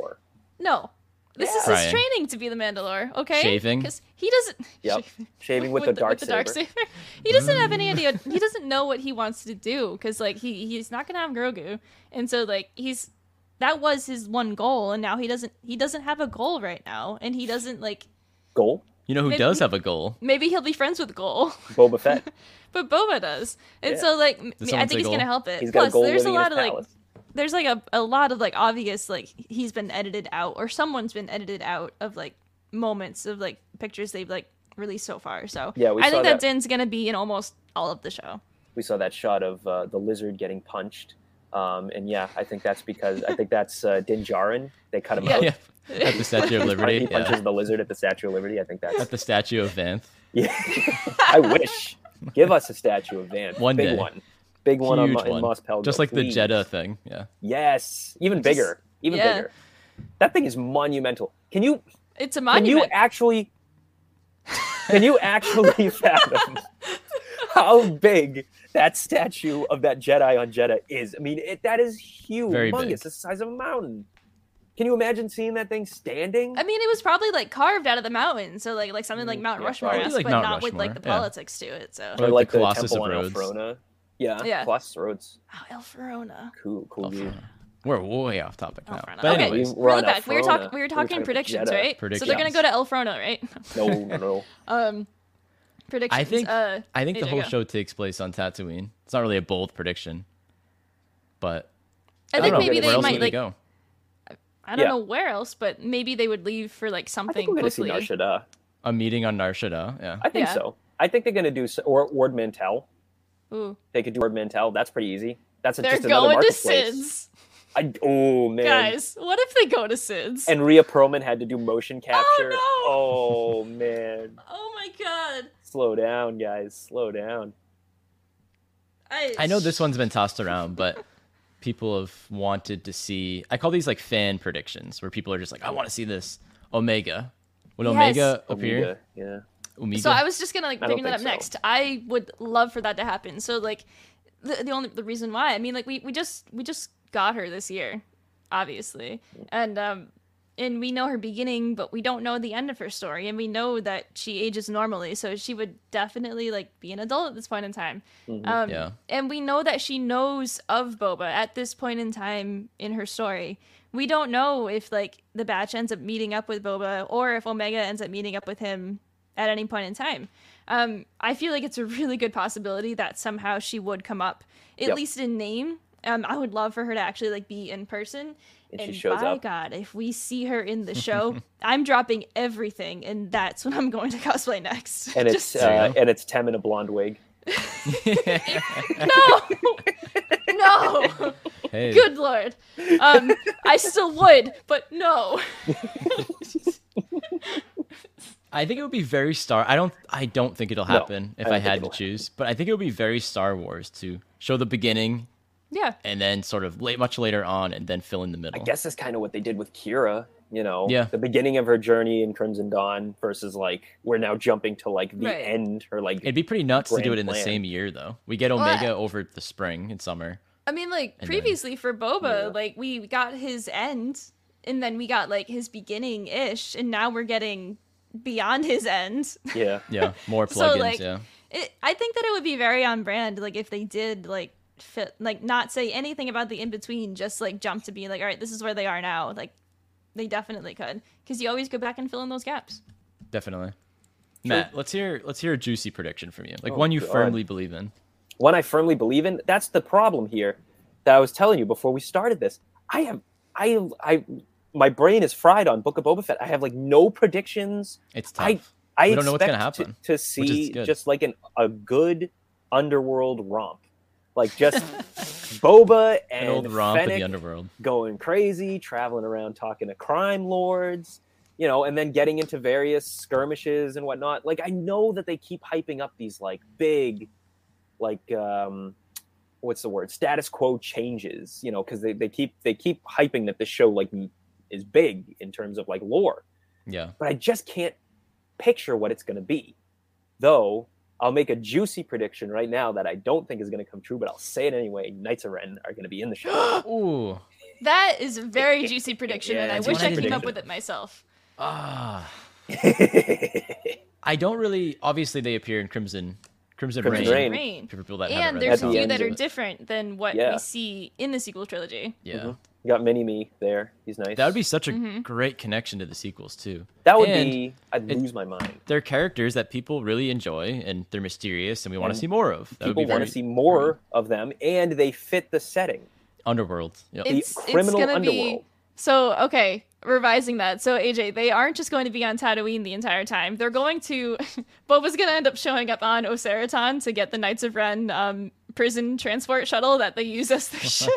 [SPEAKER 3] No, this is his
[SPEAKER 1] Crying.
[SPEAKER 3] training to be the Mandalore. Okay,
[SPEAKER 1] Shaving.
[SPEAKER 3] because he doesn't.
[SPEAKER 2] Yep. Shaving with, the dark saber.
[SPEAKER 3] saber. He doesn't have any idea. He doesn't know what he wants to do because like he he's not gonna have Grogu, and so like he's that was his one goal, and now he doesn't he doesn't have a goal right now, and he doesn't like
[SPEAKER 2] Goal.
[SPEAKER 1] You know who
[SPEAKER 3] Maybe-
[SPEAKER 1] does have a goal?
[SPEAKER 3] maybe he'll be friends with Goal,
[SPEAKER 2] Boba Fett.
[SPEAKER 3] but Boba does, and
[SPEAKER 2] Yeah.
[SPEAKER 3] so like m-
[SPEAKER 1] Does
[SPEAKER 3] I
[SPEAKER 1] someone say
[SPEAKER 3] think he's
[SPEAKER 1] goal?
[SPEAKER 3] gonna help it.
[SPEAKER 2] He's got
[SPEAKER 3] Plus,
[SPEAKER 2] a goal
[SPEAKER 3] there's a
[SPEAKER 2] living
[SPEAKER 3] lot
[SPEAKER 2] in his
[SPEAKER 3] of like
[SPEAKER 2] palace.
[SPEAKER 3] there's like a, a lot of like obvious like he's been edited out or someone's been edited out of like moments of like pictures they've like released so far. So
[SPEAKER 2] Yeah, we
[SPEAKER 3] I
[SPEAKER 2] saw
[SPEAKER 3] think
[SPEAKER 2] that.
[SPEAKER 3] that Din's gonna be in almost all of the show.
[SPEAKER 2] we saw that shot of uh, the lizard getting punched. Um, and yeah, I think that's because I think that's uh, Din Djarin. They cut him
[SPEAKER 3] Yeah.
[SPEAKER 2] out.
[SPEAKER 1] Yeah. At the Statue of
[SPEAKER 2] he
[SPEAKER 1] Liberty.
[SPEAKER 2] punches
[SPEAKER 1] yeah.
[SPEAKER 2] the lizard at the Statue of Liberty. I think that's
[SPEAKER 1] At the Statue of Vanth.
[SPEAKER 2] yeah. I wish. Give us a statue of Van.
[SPEAKER 1] One
[SPEAKER 2] big
[SPEAKER 1] day.
[SPEAKER 2] one, big one on,
[SPEAKER 1] Huge
[SPEAKER 2] Mo- in
[SPEAKER 1] one.
[SPEAKER 2] Mos Pelgo.
[SPEAKER 1] Just like
[SPEAKER 2] please.
[SPEAKER 1] the Jeddah thing. Yeah.
[SPEAKER 2] Yes, even
[SPEAKER 3] Just-
[SPEAKER 2] bigger, even
[SPEAKER 3] yeah.
[SPEAKER 2] bigger. That thing is monumental. Can you
[SPEAKER 3] It's a
[SPEAKER 2] can
[SPEAKER 3] monument.
[SPEAKER 2] you actually can you actually fathom how big that statue of that Jedi on Jeddah is? I mean, it, that is huge.
[SPEAKER 1] Very big.
[SPEAKER 2] It's the size of a mountain. Can you imagine seeing that thing standing?
[SPEAKER 3] I mean, it was probably like carved out of the mountain, so like like something like Mount
[SPEAKER 2] Mm, yeah,
[SPEAKER 3] Rushmore,
[SPEAKER 2] probably.
[SPEAKER 3] esque,
[SPEAKER 1] Like
[SPEAKER 3] but
[SPEAKER 1] Mount
[SPEAKER 3] not with like the
[SPEAKER 1] Rushmore, yeah.
[SPEAKER 3] politics to it. So,
[SPEAKER 1] Or
[SPEAKER 2] Or
[SPEAKER 1] like
[SPEAKER 2] like
[SPEAKER 1] the
[SPEAKER 2] the,
[SPEAKER 1] Colossus
[SPEAKER 2] temple
[SPEAKER 1] of
[SPEAKER 2] on
[SPEAKER 1] Rhodes.
[SPEAKER 2] Elfrona. Yeah,
[SPEAKER 3] Yeah.
[SPEAKER 2] Colossus of Rhodes.
[SPEAKER 3] oh, El Ferona.
[SPEAKER 2] Cool, cool.
[SPEAKER 1] Oh,
[SPEAKER 2] dude.
[SPEAKER 1] fuck. We're way off topic
[SPEAKER 3] El
[SPEAKER 1] now.
[SPEAKER 3] Ferona.
[SPEAKER 1] But
[SPEAKER 3] okay,
[SPEAKER 1] anyways,
[SPEAKER 2] we- we're
[SPEAKER 3] reel
[SPEAKER 2] on
[SPEAKER 3] it
[SPEAKER 2] El
[SPEAKER 3] back. We were talking.
[SPEAKER 2] Ferona. We
[SPEAKER 3] We
[SPEAKER 2] were
[SPEAKER 3] were
[SPEAKER 2] talking
[SPEAKER 3] talking
[SPEAKER 2] about
[SPEAKER 3] predictions,
[SPEAKER 2] Jeddah.
[SPEAKER 3] right? So they're gonna
[SPEAKER 1] Predictions.
[SPEAKER 3] go to El Ferona, right?
[SPEAKER 2] No, no, no.
[SPEAKER 3] Um, predictions.
[SPEAKER 1] I think
[SPEAKER 3] Uh,
[SPEAKER 1] I think the
[SPEAKER 3] AJ,
[SPEAKER 1] whole
[SPEAKER 3] go.
[SPEAKER 1] show takes place on Tatooine. It's not really a bold prediction, but
[SPEAKER 3] I
[SPEAKER 1] I, don't
[SPEAKER 3] think
[SPEAKER 1] know.
[SPEAKER 3] maybe
[SPEAKER 1] where
[SPEAKER 3] they
[SPEAKER 1] else
[SPEAKER 3] might
[SPEAKER 1] would they
[SPEAKER 3] like.
[SPEAKER 1] go?
[SPEAKER 3] I don't
[SPEAKER 2] Yeah.
[SPEAKER 3] know where else, but maybe they would leave for like
[SPEAKER 2] I think
[SPEAKER 3] something
[SPEAKER 2] we're going to see
[SPEAKER 3] quickly.
[SPEAKER 2] Narshada.
[SPEAKER 1] A meeting on Nar Shaddaa. Yeah,
[SPEAKER 2] I think
[SPEAKER 3] Yeah.
[SPEAKER 2] so. I think they're going to do s- or Ord Mantell.
[SPEAKER 3] Ooh,
[SPEAKER 2] They could do Ord Mantell. That's pretty easy. That's a,
[SPEAKER 3] they're
[SPEAKER 2] just another
[SPEAKER 3] going to
[SPEAKER 2] marketplace.
[SPEAKER 3] Sid's,
[SPEAKER 2] I, oh man.
[SPEAKER 3] guys. What if they go to Sid's?
[SPEAKER 2] And Rhea Perlman had to do motion capture.
[SPEAKER 3] no.
[SPEAKER 2] Oh, man.
[SPEAKER 3] oh my god!
[SPEAKER 2] Slow down, guys. Slow down.
[SPEAKER 3] I
[SPEAKER 1] I know this one's been tossed around, but people have wanted to see. I call these like fan predictions, where people are just like, "I want to see this Omega." Would
[SPEAKER 3] Yes.
[SPEAKER 1] Omega appear?
[SPEAKER 2] Omega, Yeah.
[SPEAKER 1] Omega?
[SPEAKER 3] So I was just gonna like
[SPEAKER 2] I
[SPEAKER 3] bring
[SPEAKER 2] don't
[SPEAKER 3] that up
[SPEAKER 2] think
[SPEAKER 3] next.
[SPEAKER 2] so.
[SPEAKER 3] I would love for that to happen. So like, the, the only the reason why I mean like we we just we just got her this year, obviously, and um and we know her beginning, but we don't know the end of her story, and we know that she ages normally, so she would definitely like be an adult at this point in time.
[SPEAKER 2] Mhm.
[SPEAKER 3] Um,
[SPEAKER 1] Yeah.
[SPEAKER 3] And we know that she knows of Boba at this point in time in her story. We don't know if like the Batch ends up meeting up with Boba or if Omega ends up meeting up with him at any point in time. Um, I feel like it's a really good possibility that somehow she would come up, at
[SPEAKER 2] Yep.
[SPEAKER 3] least in name. Um, I would love for her to actually like be in person.
[SPEAKER 2] And she shows
[SPEAKER 3] by
[SPEAKER 2] up.
[SPEAKER 3] God, if we see her in the show, I'm dropping everything, and that's what I'm going to cosplay next.
[SPEAKER 2] And it's
[SPEAKER 3] Just-
[SPEAKER 1] There you
[SPEAKER 2] uh,
[SPEAKER 1] go.
[SPEAKER 2] and it's Tem in a blonde wig.
[SPEAKER 3] No, no.
[SPEAKER 1] hey,
[SPEAKER 3] Good lord. Um, I still would, but no.
[SPEAKER 1] I think it would be very Star. I don't. I don't think it'll happen if
[SPEAKER 2] I don't
[SPEAKER 1] I,
[SPEAKER 2] think
[SPEAKER 1] had to
[SPEAKER 2] it'll
[SPEAKER 1] choose. But I think it would be very Star Wars to show the beginning
[SPEAKER 3] Yeah.
[SPEAKER 1] and then sort of late, much later on, and then fill in the middle.
[SPEAKER 2] I guess that's kind of what they did with Kira. You know,
[SPEAKER 1] Oh. Yeah.
[SPEAKER 2] the beginning of her journey in Crimson Dawn versus like we're now jumping to like the
[SPEAKER 3] Right.
[SPEAKER 2] end or like
[SPEAKER 1] it'd be pretty nuts to do
[SPEAKER 2] Grand
[SPEAKER 1] it in the
[SPEAKER 2] plan.
[SPEAKER 1] same year, though. We get
[SPEAKER 3] Well, I-
[SPEAKER 1] Omega over the spring and summer.
[SPEAKER 3] I mean, like
[SPEAKER 1] And then-
[SPEAKER 3] previously for Boba,
[SPEAKER 2] Yeah.
[SPEAKER 3] like we got his end, and then we got like his beginning ish, and now we're getting beyond his end.
[SPEAKER 2] yeah.
[SPEAKER 1] Yeah, more
[SPEAKER 3] So,
[SPEAKER 1] plugins.
[SPEAKER 3] like,
[SPEAKER 1] yeah,
[SPEAKER 3] It, I think that it would be very on brand, like if they did like fit, like not say anything about the in between, just like jump to be like, all right, this is where they are now. Like they definitely could, because you always go back and fill in those gaps.
[SPEAKER 1] definitely. Matt, Oh, let's hear let's hear a juicy prediction from you, like one you
[SPEAKER 2] God.
[SPEAKER 1] firmly believe in.
[SPEAKER 2] One I firmly believe in. That's the problem here that I was telling you before we started this. I have I I my brain is fried on Book of Boba Fett. I have like no predictions.
[SPEAKER 1] It's tough.
[SPEAKER 2] I- I
[SPEAKER 1] We don't know what's gonna
[SPEAKER 2] expect to-
[SPEAKER 1] happen,
[SPEAKER 2] to,
[SPEAKER 1] is
[SPEAKER 2] see
[SPEAKER 1] good.
[SPEAKER 2] just like an a good underworld romp, like just Boba
[SPEAKER 1] An
[SPEAKER 2] and
[SPEAKER 1] old romp in
[SPEAKER 2] Fennec
[SPEAKER 1] the underworld.
[SPEAKER 2] going crazy, traveling around talking to crime lords, you know, and then getting into various skirmishes and whatnot. Like I know that they keep hyping up these like big, like um, what's the word? Status quo changes, you know, because they, they keep they keep hyping that this show like is big in terms of like lore
[SPEAKER 1] Yeah,
[SPEAKER 2] but I just can't picture what it's going to be. Though I'll make a juicy prediction right now that I don't think is going to come true, but I'll say it anyway. Knights of Ren are going to be in the show.
[SPEAKER 1] ooh,
[SPEAKER 3] That is a very juicy prediction,
[SPEAKER 2] Yeah,
[SPEAKER 3] and I
[SPEAKER 2] it's
[SPEAKER 3] wish
[SPEAKER 1] one
[SPEAKER 3] I
[SPEAKER 1] I
[SPEAKER 3] came up
[SPEAKER 1] predicted.
[SPEAKER 3] with it myself.
[SPEAKER 1] ah.
[SPEAKER 2] At
[SPEAKER 1] I don't really. Obviously, they appear in Crimson, Crimson,
[SPEAKER 2] Crimson
[SPEAKER 1] Rain.
[SPEAKER 2] Rain.
[SPEAKER 3] Rain.
[SPEAKER 1] For people that haven't
[SPEAKER 3] And
[SPEAKER 1] read
[SPEAKER 3] there's
[SPEAKER 1] the
[SPEAKER 3] a
[SPEAKER 1] novel.
[SPEAKER 2] At the
[SPEAKER 3] few
[SPEAKER 2] end
[SPEAKER 3] that
[SPEAKER 2] of
[SPEAKER 3] are
[SPEAKER 2] it.
[SPEAKER 3] different than what
[SPEAKER 2] Yeah.
[SPEAKER 3] we see in the sequel trilogy.
[SPEAKER 1] Yeah,
[SPEAKER 2] Mhm. You got Mini Me there. He's nice.
[SPEAKER 1] that would be such a
[SPEAKER 3] Mhm.
[SPEAKER 1] great connection to the sequels too.
[SPEAKER 2] That would
[SPEAKER 1] and
[SPEAKER 2] be. I'd
[SPEAKER 1] it-
[SPEAKER 2] lose my mind.
[SPEAKER 1] They're characters that people really enjoy, and they're mysterious, and we want to
[SPEAKER 2] And
[SPEAKER 1] see more of. That would
[SPEAKER 2] People
[SPEAKER 1] be
[SPEAKER 2] want
[SPEAKER 1] very
[SPEAKER 2] to see more of them, and they fit the setting.
[SPEAKER 1] underworld. Yep.
[SPEAKER 2] The
[SPEAKER 3] It's- it's
[SPEAKER 2] criminal
[SPEAKER 3] gonna be-
[SPEAKER 2] underworld.
[SPEAKER 3] So, okay, revising that. So, AJ, they aren't just going to be on Tatooine the entire time. They're going to. Boba's going to end up showing up on Oseraton to get the Knights of Ren um, prison transport shuttle that they use as their ship.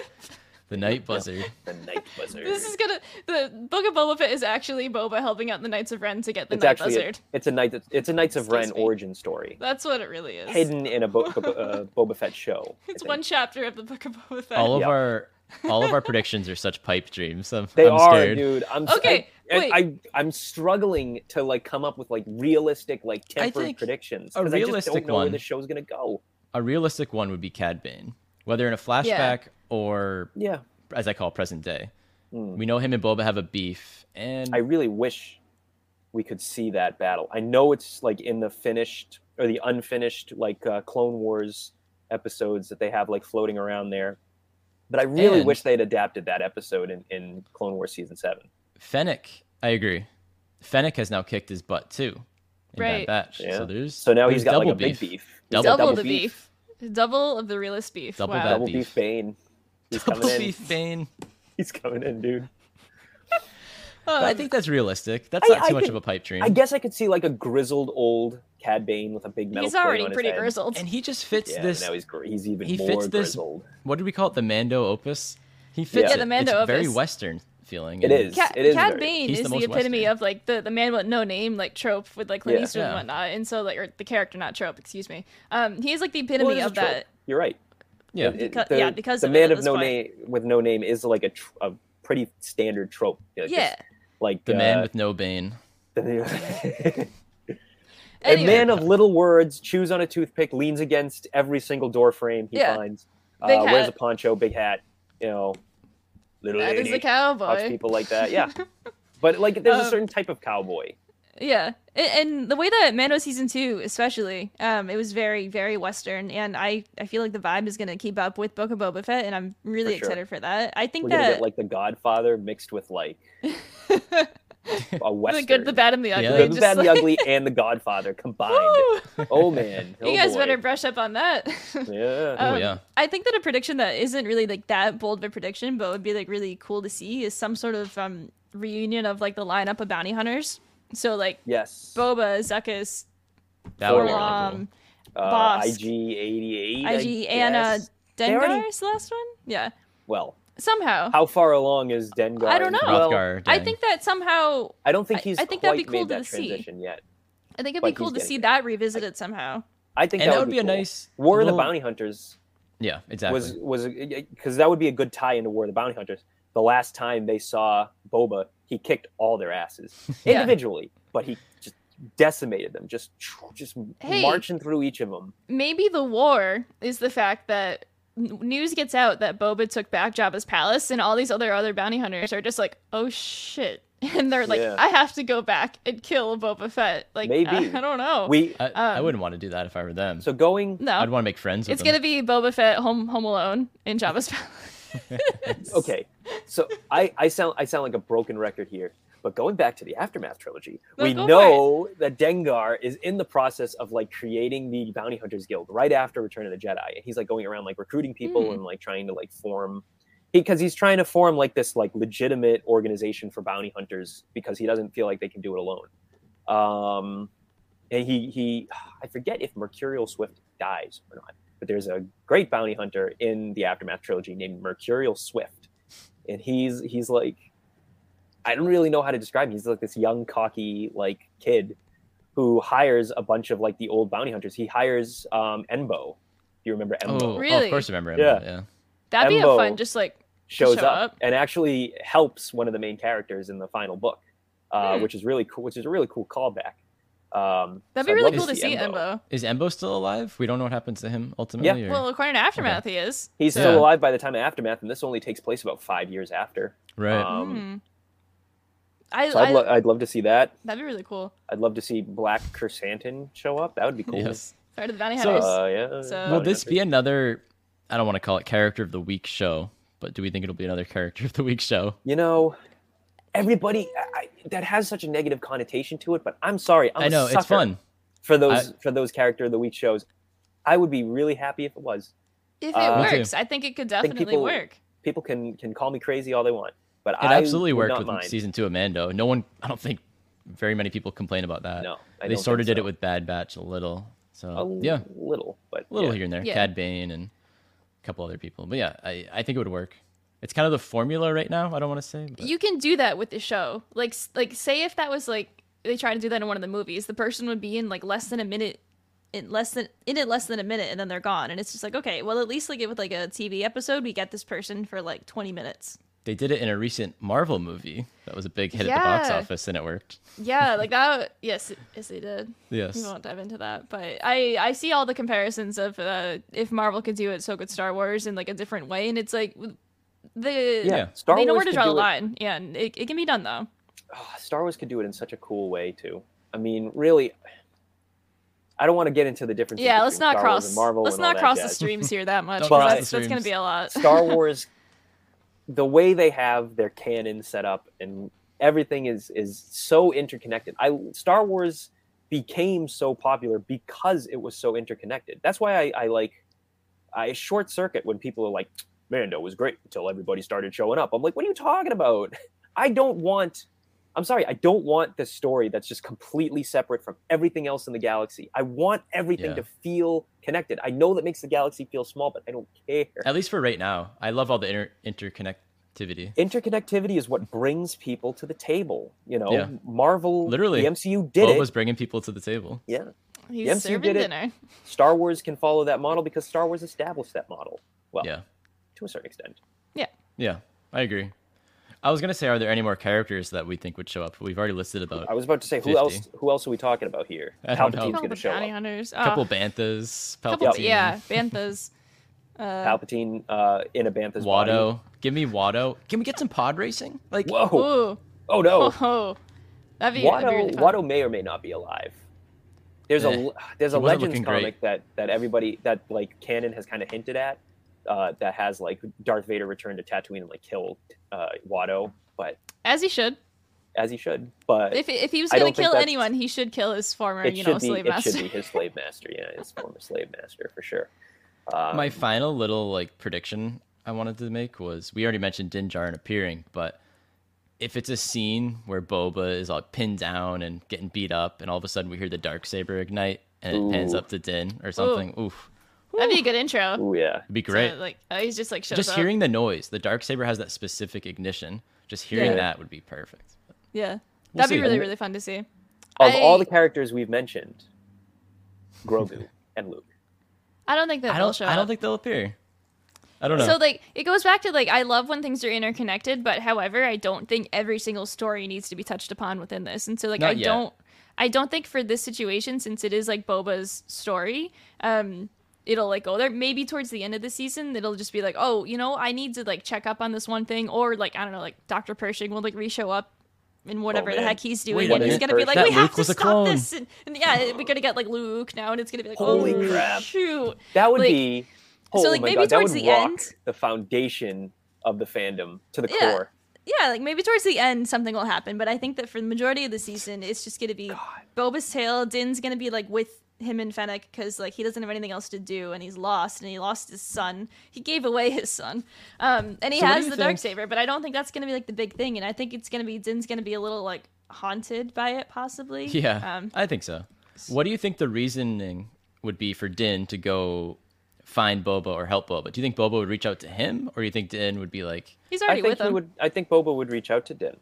[SPEAKER 1] the Night Buzzard.
[SPEAKER 2] The Night Buzzard.
[SPEAKER 3] This is going to. The Book of Boba Fett is actually Boba helping out the Knights of Ren to get the
[SPEAKER 2] it's
[SPEAKER 3] Night
[SPEAKER 2] actually. a-
[SPEAKER 3] Buzzard.
[SPEAKER 2] it's a night. It's a Knights of
[SPEAKER 3] Excuse
[SPEAKER 2] Ren
[SPEAKER 3] me.
[SPEAKER 2] origin story
[SPEAKER 3] That's what it really is.
[SPEAKER 2] hidden in a Bo- Bo- uh, Boba Fett show. I
[SPEAKER 3] It's
[SPEAKER 2] think.
[SPEAKER 3] one chapter of the Book of Boba Fett.
[SPEAKER 1] All of
[SPEAKER 2] Yeah.
[SPEAKER 1] our all of our predictions are such pipe dreams. I'm,
[SPEAKER 2] They
[SPEAKER 1] I'm
[SPEAKER 2] are,
[SPEAKER 1] scared.
[SPEAKER 2] dude. I'm
[SPEAKER 3] Okay,
[SPEAKER 2] okay. I,
[SPEAKER 3] wait.
[SPEAKER 2] I, I am struggling to like come up with like realistic like tempered
[SPEAKER 1] think
[SPEAKER 2] predictions
[SPEAKER 1] a
[SPEAKER 2] because I just
[SPEAKER 1] realistic
[SPEAKER 2] don't know where
[SPEAKER 1] one-
[SPEAKER 2] the show's gonna go.
[SPEAKER 1] A realistic one would be Cad Bane, whether in a flashback or
[SPEAKER 2] Yeah,
[SPEAKER 1] as I call present day.
[SPEAKER 2] Hmm.
[SPEAKER 1] We know him and Boba have a beef, and
[SPEAKER 2] I really wish we could see that battle. I know it's like in the finished or the unfinished like uh, Clone Wars episodes that they have like floating around there, but I really
[SPEAKER 1] And-
[SPEAKER 2] wish they'd adapted that episode in, in Clone Wars season seven.
[SPEAKER 1] Fennec, I agree. Fennec has now kicked his butt too. In
[SPEAKER 3] Right.
[SPEAKER 1] Bad Batch.
[SPEAKER 2] Yeah.
[SPEAKER 1] So there's
[SPEAKER 2] So now
[SPEAKER 1] there's
[SPEAKER 2] he's got like
[SPEAKER 1] double
[SPEAKER 2] a big beef. He's got
[SPEAKER 1] Double
[SPEAKER 3] double, the beef. Double of the realest beef.
[SPEAKER 1] Double
[SPEAKER 3] wow.
[SPEAKER 1] that
[SPEAKER 2] double
[SPEAKER 1] beef.
[SPEAKER 2] beef, Bane. He's
[SPEAKER 1] Double
[SPEAKER 2] coming
[SPEAKER 1] beef
[SPEAKER 2] in.
[SPEAKER 1] Bane.
[SPEAKER 2] He's coming in, dude.
[SPEAKER 3] Oh,
[SPEAKER 1] I think that's realistic. That's
[SPEAKER 2] I-
[SPEAKER 1] not too
[SPEAKER 2] I
[SPEAKER 1] much
[SPEAKER 2] could-
[SPEAKER 1] of a pipe dream.
[SPEAKER 2] I guess I could see like a grizzled old Cad Bane with a big metal.
[SPEAKER 3] he's
[SPEAKER 2] plate
[SPEAKER 3] already
[SPEAKER 2] on his
[SPEAKER 3] pretty
[SPEAKER 2] head.
[SPEAKER 3] grizzled.
[SPEAKER 1] and he just fits
[SPEAKER 2] Yeah,
[SPEAKER 1] this.
[SPEAKER 2] now he's gr- he's even
[SPEAKER 1] he
[SPEAKER 2] more
[SPEAKER 1] fits this-
[SPEAKER 2] grizzled.
[SPEAKER 1] What do we call it? The Mando opus. He fits
[SPEAKER 2] Yeah,
[SPEAKER 1] it.
[SPEAKER 3] the Mando
[SPEAKER 1] it's Very
[SPEAKER 3] opus.
[SPEAKER 1] Western feeling.
[SPEAKER 2] It
[SPEAKER 1] and
[SPEAKER 2] is.
[SPEAKER 3] Cat,
[SPEAKER 2] it is
[SPEAKER 3] Cad
[SPEAKER 2] very-
[SPEAKER 3] Bane
[SPEAKER 1] He's
[SPEAKER 3] is
[SPEAKER 1] the
[SPEAKER 3] the,
[SPEAKER 1] most
[SPEAKER 3] epitome
[SPEAKER 1] Western.
[SPEAKER 3] of like the, the man with no name like trope with like Clint
[SPEAKER 2] Yeah.
[SPEAKER 3] Eastwood
[SPEAKER 1] Yeah.
[SPEAKER 3] and whatnot, and so like or the character not trope, excuse me. Um, he is like the epitome
[SPEAKER 2] Well, it is a
[SPEAKER 3] of
[SPEAKER 2] trope.
[SPEAKER 3] that.
[SPEAKER 2] You're right.
[SPEAKER 1] Yeah.
[SPEAKER 2] It-
[SPEAKER 3] Becau- yeah, because
[SPEAKER 2] the
[SPEAKER 3] of it
[SPEAKER 2] man
[SPEAKER 3] at
[SPEAKER 2] of
[SPEAKER 3] this
[SPEAKER 2] no
[SPEAKER 3] point.
[SPEAKER 2] name with no name is like a, tr- a pretty standard trope. You know, just
[SPEAKER 3] yeah.
[SPEAKER 2] like
[SPEAKER 1] The
[SPEAKER 2] uh,
[SPEAKER 1] man with no bane.
[SPEAKER 2] the, a
[SPEAKER 3] Anyway,
[SPEAKER 2] man of little words chews on a toothpick, leans against every single door frame he
[SPEAKER 3] Yeah.
[SPEAKER 2] finds.
[SPEAKER 3] Big
[SPEAKER 2] uh, Wears a
[SPEAKER 3] hat.
[SPEAKER 2] poncho, big hat. You know, little
[SPEAKER 3] that is
[SPEAKER 2] lady.
[SPEAKER 3] a
[SPEAKER 2] Talks
[SPEAKER 3] cowboy.
[SPEAKER 2] people like that. Yeah, but like there's
[SPEAKER 3] Um,
[SPEAKER 2] a certain type of cowboy.
[SPEAKER 3] Yeah, A- and, the way that Mando season two, especially, um, it was very very Western, and I I feel like the vibe is gonna keep up with Book of Boba Fett, and I'm really
[SPEAKER 2] For sure.
[SPEAKER 3] excited for that. I think
[SPEAKER 2] We're gonna
[SPEAKER 3] that
[SPEAKER 2] get like the Godfather mixed with like a western.
[SPEAKER 3] the good, the bad, and the ugly.
[SPEAKER 1] Yeah.
[SPEAKER 2] The good, the
[SPEAKER 3] just
[SPEAKER 2] bad, and the
[SPEAKER 3] like-
[SPEAKER 2] ugly, and the Godfather combined.
[SPEAKER 3] Woo!
[SPEAKER 2] oh man! Oh,
[SPEAKER 3] you guys
[SPEAKER 2] boy.
[SPEAKER 3] better brush up on that.
[SPEAKER 2] Yeah.
[SPEAKER 1] Oh,
[SPEAKER 3] Um,
[SPEAKER 1] yeah.
[SPEAKER 3] I think that a prediction that isn't really like that bold of a prediction, but would be like really cool to see is some sort of um reunion of like the lineup of bounty hunters. So like
[SPEAKER 2] yes.
[SPEAKER 3] Boba, Zuckus, um,
[SPEAKER 1] That would be really
[SPEAKER 3] Orlom,
[SPEAKER 1] cool.
[SPEAKER 2] uh,
[SPEAKER 3] Bosk.
[SPEAKER 2] IG88. I
[SPEAKER 3] IG and uh,
[SPEAKER 2] guess. They
[SPEAKER 3] Dengar
[SPEAKER 2] already-
[SPEAKER 3] is the last one. Yeah,
[SPEAKER 2] well,
[SPEAKER 3] somehow.
[SPEAKER 2] how far along is Dengar?
[SPEAKER 3] I don't know.
[SPEAKER 2] Oh, Well,
[SPEAKER 1] Rothgar
[SPEAKER 3] I
[SPEAKER 1] dying.
[SPEAKER 3] think that somehow.
[SPEAKER 2] I don't think
[SPEAKER 3] I-
[SPEAKER 2] he's
[SPEAKER 3] I think
[SPEAKER 2] quite
[SPEAKER 3] that'd be cool
[SPEAKER 2] made
[SPEAKER 3] to
[SPEAKER 2] that
[SPEAKER 3] see.
[SPEAKER 2] transition yet.
[SPEAKER 3] I think it'd
[SPEAKER 2] Like,
[SPEAKER 3] be cool
[SPEAKER 2] he's
[SPEAKER 3] to see
[SPEAKER 2] getting
[SPEAKER 3] that revisited somehow.
[SPEAKER 2] I think
[SPEAKER 1] and
[SPEAKER 2] that,
[SPEAKER 1] would be a
[SPEAKER 2] cool.
[SPEAKER 1] nice
[SPEAKER 2] War of the
[SPEAKER 1] little-
[SPEAKER 2] Bounty Hunters
[SPEAKER 1] Yeah, exactly.
[SPEAKER 2] was was because that would be a good tie into War of the Bounty Hunters. The last time they saw Boba, he kicked all their asses
[SPEAKER 3] Yeah.
[SPEAKER 2] individually, but he just decimated them, just just
[SPEAKER 3] Hey.
[SPEAKER 2] marching through each of them.
[SPEAKER 3] Maybe the war is the fact that n- news gets out that Boba took back Jabba's palace, and all these other other bounty hunters are just like, "Oh shit." And they're like,
[SPEAKER 2] Yeah.
[SPEAKER 3] I have to go back and kill Boba Fett. Like,
[SPEAKER 2] Maybe.
[SPEAKER 3] I, I don't know.
[SPEAKER 2] We
[SPEAKER 1] I, I
[SPEAKER 3] um,
[SPEAKER 1] wouldn't want to do that if I were them.
[SPEAKER 2] so going
[SPEAKER 3] no,
[SPEAKER 1] I'd want to make friends with
[SPEAKER 3] it's
[SPEAKER 1] them.
[SPEAKER 3] gonna be Boba Fett home home alone in Jabba's palace.
[SPEAKER 2] okay. So I I sound I sound like a broken record here, but going back to the aftermath trilogy,
[SPEAKER 3] No,
[SPEAKER 2] we
[SPEAKER 3] go for
[SPEAKER 2] know that Dengar is in the process of like creating the Bounty Hunters Guild right after Return of the Jedi, and he's like going around like recruiting people
[SPEAKER 3] Hmm.
[SPEAKER 2] and like trying to like form because he's trying to form like this like legitimate organization for bounty hunters because he doesn't feel like they can do it alone. Um, and he he I forget if Mercurial Swift dies or not, but there's a great bounty hunter in the aftermath trilogy named Mercurial Swift, and he's he's like I don't really know how to describe him. He's like this young cocky like kid who hires a bunch of like the old bounty hunters. He hires um, Enbo. Do you remember
[SPEAKER 1] Oh,
[SPEAKER 2] Embo?
[SPEAKER 1] oh,
[SPEAKER 3] Really?
[SPEAKER 1] of course, remember him.
[SPEAKER 2] Yeah.
[SPEAKER 1] Yeah. yeah.
[SPEAKER 3] That'd be a
[SPEAKER 2] Embo.
[SPEAKER 3] fun, just like
[SPEAKER 2] shows
[SPEAKER 3] show
[SPEAKER 2] up,
[SPEAKER 3] up.
[SPEAKER 2] and actually helps one of the main characters in the final book, uh,
[SPEAKER 3] Hmm.
[SPEAKER 2] which is really cool. Which is a really cool callback. Um, so
[SPEAKER 3] that'd be
[SPEAKER 2] I'd love
[SPEAKER 3] really cool to see Embo.
[SPEAKER 1] Is Embo still alive? We don't know what happens to him ultimately. or-
[SPEAKER 3] Well, according to Aftermath, he is.
[SPEAKER 2] He's
[SPEAKER 1] Yeah.
[SPEAKER 2] still alive by the time of Aftermath, and this only takes place about five years after.
[SPEAKER 1] right.
[SPEAKER 2] um,
[SPEAKER 3] Mm. I,
[SPEAKER 2] So I'd,
[SPEAKER 3] Hmm. I-
[SPEAKER 2] lo- I'd love to see that.
[SPEAKER 3] that'd be really cool.
[SPEAKER 2] I'd love to see Black Chrysanthemum show up. That would be cool.
[SPEAKER 1] yes.
[SPEAKER 3] Sorry to the bounty
[SPEAKER 1] So,
[SPEAKER 3] hunters.
[SPEAKER 2] Uh, yeah.
[SPEAKER 3] So-
[SPEAKER 2] Bounty
[SPEAKER 1] Will this be
[SPEAKER 2] Hunters.
[SPEAKER 1] another? I don't want to call it character of the week show, but do we think it'll be another character of the week show?
[SPEAKER 2] You know, everybody I, I, that has such a negative connotation to it, but I'm sorry. I'm
[SPEAKER 1] i
[SPEAKER 2] a
[SPEAKER 1] know it's
[SPEAKER 2] sucker
[SPEAKER 1] fun.
[SPEAKER 2] for those for those character of the week shows. I would be really happy if it was.
[SPEAKER 3] if it
[SPEAKER 2] uh, Me
[SPEAKER 1] too.
[SPEAKER 3] works, I think it could
[SPEAKER 2] think
[SPEAKER 3] definitely
[SPEAKER 2] people-
[SPEAKER 3] work.
[SPEAKER 2] people can can call me crazy all they want, but
[SPEAKER 1] It
[SPEAKER 2] I
[SPEAKER 1] absolutely
[SPEAKER 2] would
[SPEAKER 1] worked
[SPEAKER 2] not
[SPEAKER 1] with
[SPEAKER 2] mind.
[SPEAKER 1] season two of Mando. No one, I don't think, very many people complain about that.
[SPEAKER 2] No, I
[SPEAKER 1] they
[SPEAKER 2] don't
[SPEAKER 1] sort of
[SPEAKER 2] think
[SPEAKER 1] did
[SPEAKER 2] so.
[SPEAKER 1] it with Bad Batch a little. So
[SPEAKER 2] a l-
[SPEAKER 1] yeah,
[SPEAKER 2] little, but
[SPEAKER 1] a little
[SPEAKER 2] yeah.
[SPEAKER 1] here and there.
[SPEAKER 3] Yeah.
[SPEAKER 1] Cad Bane and a couple other people. But yeah, I, I think it would work. It's kind of the formula right now. I don't want to say. But
[SPEAKER 3] You can do that with the show. Like, s- like say if that was like they try to do that in one of the movies, the person would be in like less than a minute, in less than in it less than a minute, and then they're gone. And it's just like, okay, well, at least like it with like a TV episode, we get this person for like twenty minutes.
[SPEAKER 1] they did it in a recent Marvel movie that was a big hit at the box
[SPEAKER 3] Yeah.
[SPEAKER 1] office, and it worked.
[SPEAKER 3] Yeah, like that. Yes, yes, they did. We
[SPEAKER 1] Yes.
[SPEAKER 3] won't dive into that, but I I see all the comparisons of uh, if Marvel could do it, so could Star Wars in like a different way, and it's like w- the
[SPEAKER 2] Yeah,
[SPEAKER 1] Yeah.
[SPEAKER 2] Star
[SPEAKER 3] they know
[SPEAKER 2] Wars
[SPEAKER 3] where to
[SPEAKER 2] could
[SPEAKER 3] draw the
[SPEAKER 2] do it-
[SPEAKER 3] line. Yeah, and it, it can be done though.
[SPEAKER 2] Ah, Star Wars could do it in such a cool way too. I mean, really, I don't want to get into the differences.
[SPEAKER 3] Yeah,
[SPEAKER 2] between
[SPEAKER 3] let's not
[SPEAKER 2] Star Wars
[SPEAKER 3] cross
[SPEAKER 2] and Marvel.
[SPEAKER 3] let's
[SPEAKER 2] and all
[SPEAKER 3] not
[SPEAKER 2] that
[SPEAKER 3] cross the
[SPEAKER 2] jazz.
[SPEAKER 3] streams here that much.
[SPEAKER 1] Don't
[SPEAKER 3] 'cause
[SPEAKER 2] cross
[SPEAKER 3] that's,
[SPEAKER 1] the
[SPEAKER 3] that's gonna
[SPEAKER 1] streams.
[SPEAKER 3] be a lot.
[SPEAKER 2] Star Wars, the way they have their canon set up and everything is is so interconnected. I Star Wars became so popular because it was so interconnected. That's why I, I like I short circuit when people are like, Mando was great until everybody started showing up. I'm like, what are you talking about? I don't want I'm sorry, I don't want this story that's just completely separate from everything else in the galaxy. I want everything
[SPEAKER 1] Yeah.
[SPEAKER 2] to feel connected. I know that makes the galaxy feel small, but I don't care
[SPEAKER 1] At least for right now, I love all the inter- interconnectivity.
[SPEAKER 2] interconnectivity is what brings people to the table. You know,
[SPEAKER 1] Yeah.
[SPEAKER 2] Marvel,
[SPEAKER 1] Literally.
[SPEAKER 2] the MCU did
[SPEAKER 1] Boba's
[SPEAKER 2] it.
[SPEAKER 1] bringing people to the table.
[SPEAKER 2] Yeah,
[SPEAKER 3] He's
[SPEAKER 2] The MCU
[SPEAKER 3] serving
[SPEAKER 2] did it.
[SPEAKER 3] dinner.
[SPEAKER 2] Star Wars can follow that model because Star Wars established that model. Well,
[SPEAKER 1] Yeah,
[SPEAKER 2] to a certain extent.
[SPEAKER 1] yeah, I agree. I was gonna say, are there any more characters that we think would show up? We've already listed about
[SPEAKER 2] I was about to say, who
[SPEAKER 1] 50.
[SPEAKER 2] else? Who else are we talking about here?
[SPEAKER 1] I don't know.
[SPEAKER 2] Palpatine's
[SPEAKER 3] Couple
[SPEAKER 2] going to show
[SPEAKER 3] bounty
[SPEAKER 2] up.
[SPEAKER 3] hunters.
[SPEAKER 1] a
[SPEAKER 3] Ah,
[SPEAKER 1] couple Banthas,
[SPEAKER 3] couple-
[SPEAKER 1] Palpatine,
[SPEAKER 3] yeah, Banthas. Uh,
[SPEAKER 2] Palpatine uh, in a Bantha's body.
[SPEAKER 1] Watto. Give me Watto. Can we get some pod racing? Like,
[SPEAKER 2] Whoa!
[SPEAKER 3] ooh,
[SPEAKER 2] Oh no!
[SPEAKER 3] oh, that'd be, that'd be really
[SPEAKER 2] Watto,
[SPEAKER 3] fun.
[SPEAKER 2] Watto may or may not be alive. There's
[SPEAKER 1] Eh,
[SPEAKER 2] a there's a
[SPEAKER 1] he wasn't
[SPEAKER 2] Legends
[SPEAKER 1] looking
[SPEAKER 2] comic
[SPEAKER 1] great.
[SPEAKER 2] that that everybody that like canon has kind of hinted at uh, that has like Darth Vader return to Tatooine and like kill uh, Watto, but
[SPEAKER 3] as he should.
[SPEAKER 2] as he should. But
[SPEAKER 3] If if he was
[SPEAKER 2] I
[SPEAKER 3] going
[SPEAKER 2] don't
[SPEAKER 3] to
[SPEAKER 2] think
[SPEAKER 3] kill
[SPEAKER 2] that's-
[SPEAKER 3] anyone, he should kill his former,
[SPEAKER 2] it
[SPEAKER 3] you know,
[SPEAKER 2] should be
[SPEAKER 3] slave
[SPEAKER 2] it
[SPEAKER 3] master.
[SPEAKER 2] should be his slave master. Yeah, his former slave master for sure. Um,
[SPEAKER 1] my final little like prediction I wanted to make was we already mentioned Din Djarin appearing, but if it's a scene where Boba is all pinned down and getting beat up, and all of a sudden we hear the dark saber ignite, and it pans
[SPEAKER 2] Ooh.
[SPEAKER 1] up to Din or something. Oof,
[SPEAKER 3] That'd be a good intro.
[SPEAKER 2] Ooh, yeah.
[SPEAKER 1] it'd be
[SPEAKER 3] So,
[SPEAKER 1] great.
[SPEAKER 3] like oh, he's just like shows
[SPEAKER 1] just
[SPEAKER 3] up.
[SPEAKER 1] hearing the noise, the dark saber has that specific ignition. Just hearing
[SPEAKER 3] Yeah.
[SPEAKER 1] that would be perfect.
[SPEAKER 3] Yeah,
[SPEAKER 1] We'll
[SPEAKER 3] that'd
[SPEAKER 1] see.
[SPEAKER 3] be really really fun to see.
[SPEAKER 2] Of
[SPEAKER 3] I-
[SPEAKER 2] all the characters we've mentioned, Grogu and Luke.
[SPEAKER 3] I don't think that
[SPEAKER 1] I
[SPEAKER 3] will
[SPEAKER 1] don't.
[SPEAKER 3] show
[SPEAKER 1] I don't
[SPEAKER 3] up.
[SPEAKER 1] think they'll appear. I don't know.
[SPEAKER 3] So like it goes back to like I love when things are interconnected, but however, I don't think every single story needs to be touched upon within this. And so like
[SPEAKER 1] Not
[SPEAKER 3] I
[SPEAKER 1] yet.
[SPEAKER 3] don't I don't think for this situation since it is like Boba's story, um it'll like go there maybe towards the end of the season it'll just be like oh you know i need to like check up on this one thing or like i don't know like dr pershing will like re-show up and whatever the
[SPEAKER 2] Oh, man.
[SPEAKER 3] heck he's doing
[SPEAKER 1] Wait
[SPEAKER 2] a
[SPEAKER 3] and he's
[SPEAKER 2] minute.
[SPEAKER 3] gonna be like
[SPEAKER 1] That
[SPEAKER 3] we have
[SPEAKER 1] Luke
[SPEAKER 3] to
[SPEAKER 1] was a
[SPEAKER 3] stop
[SPEAKER 1] clone.
[SPEAKER 3] this and, and yeah we're gonna get like luke now and it's gonna be like
[SPEAKER 2] Holy
[SPEAKER 3] oh
[SPEAKER 2] crap.
[SPEAKER 3] shoot
[SPEAKER 2] That would
[SPEAKER 3] Like-
[SPEAKER 2] be. Oh
[SPEAKER 3] so, like,
[SPEAKER 2] my
[SPEAKER 3] maybe
[SPEAKER 2] God, that
[SPEAKER 3] towards
[SPEAKER 2] would
[SPEAKER 3] the
[SPEAKER 2] rock
[SPEAKER 3] end-
[SPEAKER 2] the foundation of the fandom to the
[SPEAKER 3] Yeah.
[SPEAKER 2] core.
[SPEAKER 3] yeah, like maybe towards the end something will happen, but I think that for the majority of the season, it's just gonna be Boba's tail. Din's gonna be like with him and Fennec because like he doesn't have anything else to do and he's lost and he lost his son. He gave away his son, um, and he
[SPEAKER 1] So what do
[SPEAKER 3] has
[SPEAKER 1] you
[SPEAKER 3] the dark
[SPEAKER 1] think-
[SPEAKER 3] saber. But I don't think that's gonna be like the big thing, and I think it's gonna be Din's gonna be a little like haunted by it possibly.
[SPEAKER 1] Yeah,
[SPEAKER 3] Um,
[SPEAKER 1] I think so. What do you think the reasoning would be for Din to go find Boba or help Boba? Do you think Boba would reach out to him, or do you think Din would be like,
[SPEAKER 3] he's
[SPEAKER 2] I
[SPEAKER 3] already
[SPEAKER 2] think
[SPEAKER 3] with
[SPEAKER 2] he
[SPEAKER 3] him.
[SPEAKER 2] would. I think Boba would reach out to Din.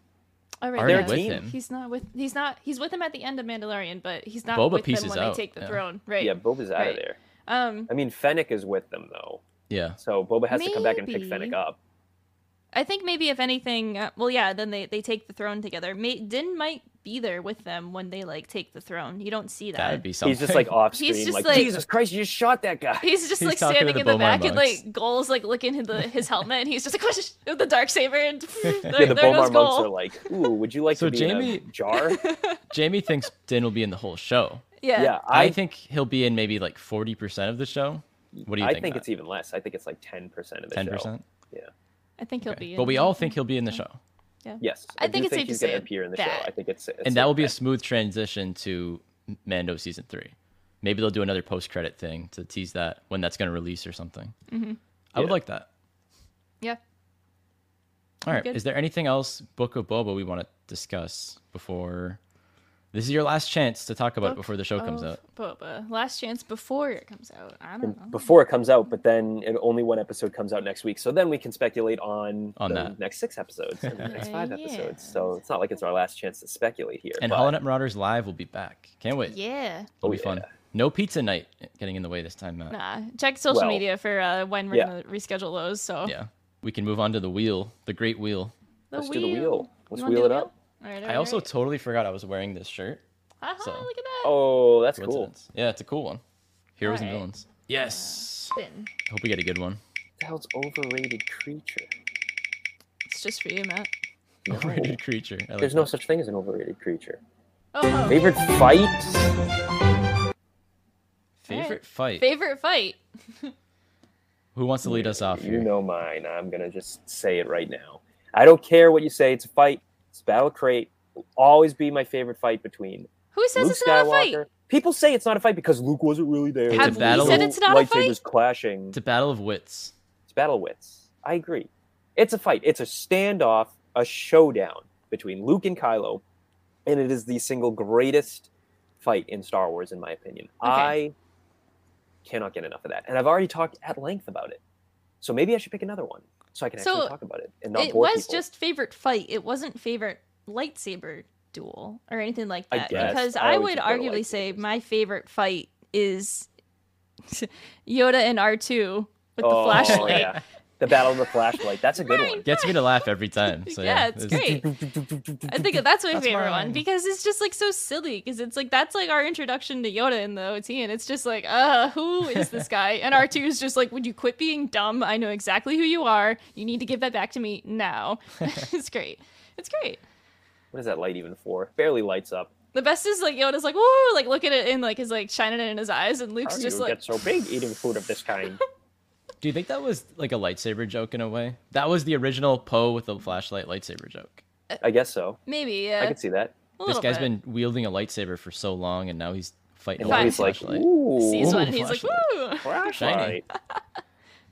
[SPEAKER 3] already
[SPEAKER 1] already
[SPEAKER 2] with him.
[SPEAKER 3] He's not with. He's not. He's with him at the end of Mandalorian, but he's not
[SPEAKER 1] Boba
[SPEAKER 3] with them
[SPEAKER 1] pieces
[SPEAKER 3] when
[SPEAKER 1] out,
[SPEAKER 3] they take the
[SPEAKER 1] yeah.
[SPEAKER 3] throne. Right.
[SPEAKER 2] Yeah, Boba's out of
[SPEAKER 3] Right.
[SPEAKER 2] there.
[SPEAKER 3] Um.
[SPEAKER 2] I mean, Fennec is with them though,
[SPEAKER 1] yeah,
[SPEAKER 2] so Boba has to come back and pick
[SPEAKER 3] Maybe.
[SPEAKER 2] Fennec up.
[SPEAKER 3] I think maybe if anything, uh, well, yeah, then they, they take the throne together. May, Din might be there with them when they like take the throne. You don't see that.
[SPEAKER 1] that would be something?
[SPEAKER 2] He's just like off screen,
[SPEAKER 3] He's just
[SPEAKER 2] like,
[SPEAKER 3] like-
[SPEAKER 2] Jesus Christ, you just shot that guy.
[SPEAKER 3] He's just
[SPEAKER 1] He's
[SPEAKER 3] like
[SPEAKER 1] talking to
[SPEAKER 3] standing
[SPEAKER 1] the
[SPEAKER 3] in the
[SPEAKER 1] Beaumont
[SPEAKER 3] back, and
[SPEAKER 1] monks.
[SPEAKER 3] like Goal's like looking at the, his helmet, and he's just like with the dark saber, and there,
[SPEAKER 2] yeah, the
[SPEAKER 3] there goes
[SPEAKER 2] Bomar monks are
[SPEAKER 3] Goal.
[SPEAKER 2] like, "Ooh, would you like
[SPEAKER 1] So
[SPEAKER 2] to be
[SPEAKER 1] Jamie-
[SPEAKER 2] in a jar?"
[SPEAKER 1] Jamie thinks Din will be in the whole show.
[SPEAKER 3] yeah.
[SPEAKER 2] yeah,
[SPEAKER 1] I,
[SPEAKER 2] I,
[SPEAKER 1] think he'll be in maybe like forty percent of the show. What do you
[SPEAKER 2] I
[SPEAKER 1] think?
[SPEAKER 2] think it's even less. I think it's like ten percent of the
[SPEAKER 1] ten
[SPEAKER 2] show.
[SPEAKER 1] percent.
[SPEAKER 3] I think he'll be.
[SPEAKER 1] But
[SPEAKER 3] in
[SPEAKER 1] we
[SPEAKER 3] it.
[SPEAKER 1] all think he'll be in the show,
[SPEAKER 2] Yes,
[SPEAKER 3] I
[SPEAKER 2] do
[SPEAKER 3] think it's safe to
[SPEAKER 2] he's gonna
[SPEAKER 3] say
[SPEAKER 2] appear in the show.
[SPEAKER 3] that.
[SPEAKER 2] I think it's, it's
[SPEAKER 1] and that will be a
[SPEAKER 2] safe
[SPEAKER 1] smooth transition to Mando season three. Maybe they'll do another post-credit thing to tease that when that's going to release or something. I would
[SPEAKER 2] Mm-hmm. Yeah.
[SPEAKER 1] like that.
[SPEAKER 3] Yeah.
[SPEAKER 1] All right.
[SPEAKER 3] good.
[SPEAKER 1] Is there anything else Book of Boba we want to discuss before? This is your last chance to talk about it
[SPEAKER 3] Book
[SPEAKER 1] before the show comes
[SPEAKER 3] of
[SPEAKER 1] out.
[SPEAKER 3] Boba, last chance before it comes out. I don't know.
[SPEAKER 2] before it comes out, but then it, only one episode comes out next week. So then we can speculate on,
[SPEAKER 1] On
[SPEAKER 2] the
[SPEAKER 1] that.
[SPEAKER 2] next six episodes and the next
[SPEAKER 3] Uh,
[SPEAKER 2] five
[SPEAKER 3] yeah.
[SPEAKER 2] episodes. So it's not like it's our last chance to speculate here.
[SPEAKER 1] And
[SPEAKER 2] but-
[SPEAKER 1] Holonet Marauders Live will be back. Can't wait.
[SPEAKER 3] Yeah.
[SPEAKER 1] It'll
[SPEAKER 2] Oh,
[SPEAKER 1] be fun.
[SPEAKER 2] yeah.
[SPEAKER 1] No pizza night getting in the way this time, Matt.
[SPEAKER 3] Nah. Check social
[SPEAKER 2] Well,
[SPEAKER 3] media for uh, when we're
[SPEAKER 2] yeah.
[SPEAKER 3] gonna reschedule those. So
[SPEAKER 1] Yeah. We can move on to the wheel, the great wheel.
[SPEAKER 3] The
[SPEAKER 2] Let's do the wheel. Let's
[SPEAKER 3] You wanna
[SPEAKER 2] wheel
[SPEAKER 3] do
[SPEAKER 2] it
[SPEAKER 3] the
[SPEAKER 2] up.
[SPEAKER 3] All right, all
[SPEAKER 1] I
[SPEAKER 3] right,
[SPEAKER 1] also
[SPEAKER 3] all right.
[SPEAKER 1] totally forgot I was wearing this shirt.
[SPEAKER 3] Haha,
[SPEAKER 1] so-
[SPEAKER 3] look at that.
[SPEAKER 2] Oh, that's cool.
[SPEAKER 1] Coincidence. Yeah, it's a cool one. Heroes and
[SPEAKER 3] Alright.
[SPEAKER 1] villains. Yes.
[SPEAKER 3] Spin.
[SPEAKER 1] Hope we get a good one.
[SPEAKER 2] What the hell's overrated creature?
[SPEAKER 3] It's just for you, Matt.
[SPEAKER 1] Overrated creature. I like
[SPEAKER 2] There's no
[SPEAKER 1] that.
[SPEAKER 2] such thing as an overrated creature.
[SPEAKER 3] Oh,
[SPEAKER 2] Favorite fights?
[SPEAKER 1] favorite
[SPEAKER 3] Alright.
[SPEAKER 1] fight.
[SPEAKER 3] favorite fight.
[SPEAKER 1] Who wants to lead us off
[SPEAKER 2] You
[SPEAKER 1] here?
[SPEAKER 2] know mine. I'm gonna just say it right now. I don't care what you say. It's a fight. It's Battle Crate. Will always be my favorite fight between
[SPEAKER 3] Who says
[SPEAKER 2] Luke
[SPEAKER 3] it's
[SPEAKER 2] Skywalker.
[SPEAKER 3] not a fight?
[SPEAKER 2] People say it's not a fight because Luke wasn't really there.
[SPEAKER 1] It's a Have we battle- said
[SPEAKER 3] it's not a fight?
[SPEAKER 2] Lightsabers clashing.
[SPEAKER 1] It's a battle of wits.
[SPEAKER 2] It's battle wits. I agree. It's a fight. It's a standoff, a showdown between Luke and Kylo, and it is the single greatest fight in Star Wars, in my opinion. I cannot get enough of that, and I've already talked at length about it. So maybe I should pick another one so I can actually
[SPEAKER 3] So,
[SPEAKER 2] talk about it and not
[SPEAKER 3] it
[SPEAKER 2] bore
[SPEAKER 3] was
[SPEAKER 2] people.
[SPEAKER 3] just favorite fight. It wasn't favorite lightsaber duel or anything like
[SPEAKER 2] I
[SPEAKER 3] that.
[SPEAKER 2] guess.
[SPEAKER 3] Because
[SPEAKER 2] I
[SPEAKER 3] I,
[SPEAKER 2] always
[SPEAKER 3] would
[SPEAKER 2] prefer
[SPEAKER 3] arguably say
[SPEAKER 2] lightsabers.
[SPEAKER 3] my favorite fight is Yoda and R2 with the
[SPEAKER 2] Oh,
[SPEAKER 3] flashlight.
[SPEAKER 2] yeah. the battle of the flashlight. That's a good one.
[SPEAKER 1] Gets me to laugh every time. So, yeah,
[SPEAKER 3] yeah, it's great. I think that's my favorite one because it's just like so silly because it's like that's like our introduction to Yoda in the OT and it's just like uh who is this guy and R2 is just like would you quit being dumb I know exactly who you are you need to give that back to me now it's great it's great
[SPEAKER 2] What is that light even for? Barely lights up.
[SPEAKER 3] the best is like Yoda's like woo like look at it and like is like shining it in his eyes and Luke's
[SPEAKER 2] How do
[SPEAKER 3] just
[SPEAKER 2] you
[SPEAKER 3] like
[SPEAKER 2] get so big eating food of this kind?
[SPEAKER 1] Do you think that was like a lightsaber joke in a way? That was the original Poe with the flashlight lightsaber joke.
[SPEAKER 2] I guess so.
[SPEAKER 3] maybe yeah
[SPEAKER 2] I can see that.
[SPEAKER 3] a
[SPEAKER 1] This
[SPEAKER 3] little
[SPEAKER 1] guy's
[SPEAKER 3] bit.
[SPEAKER 1] been wielding a lightsaber for so long, and now he's fighting
[SPEAKER 2] And
[SPEAKER 1] with
[SPEAKER 2] now
[SPEAKER 1] a
[SPEAKER 2] he's like,
[SPEAKER 1] flashlight.
[SPEAKER 2] ooh,
[SPEAKER 3] sees one
[SPEAKER 1] Ooh,
[SPEAKER 3] and he's like
[SPEAKER 1] flashlight.
[SPEAKER 3] woo
[SPEAKER 1] Shiny.
[SPEAKER 2] flashlight.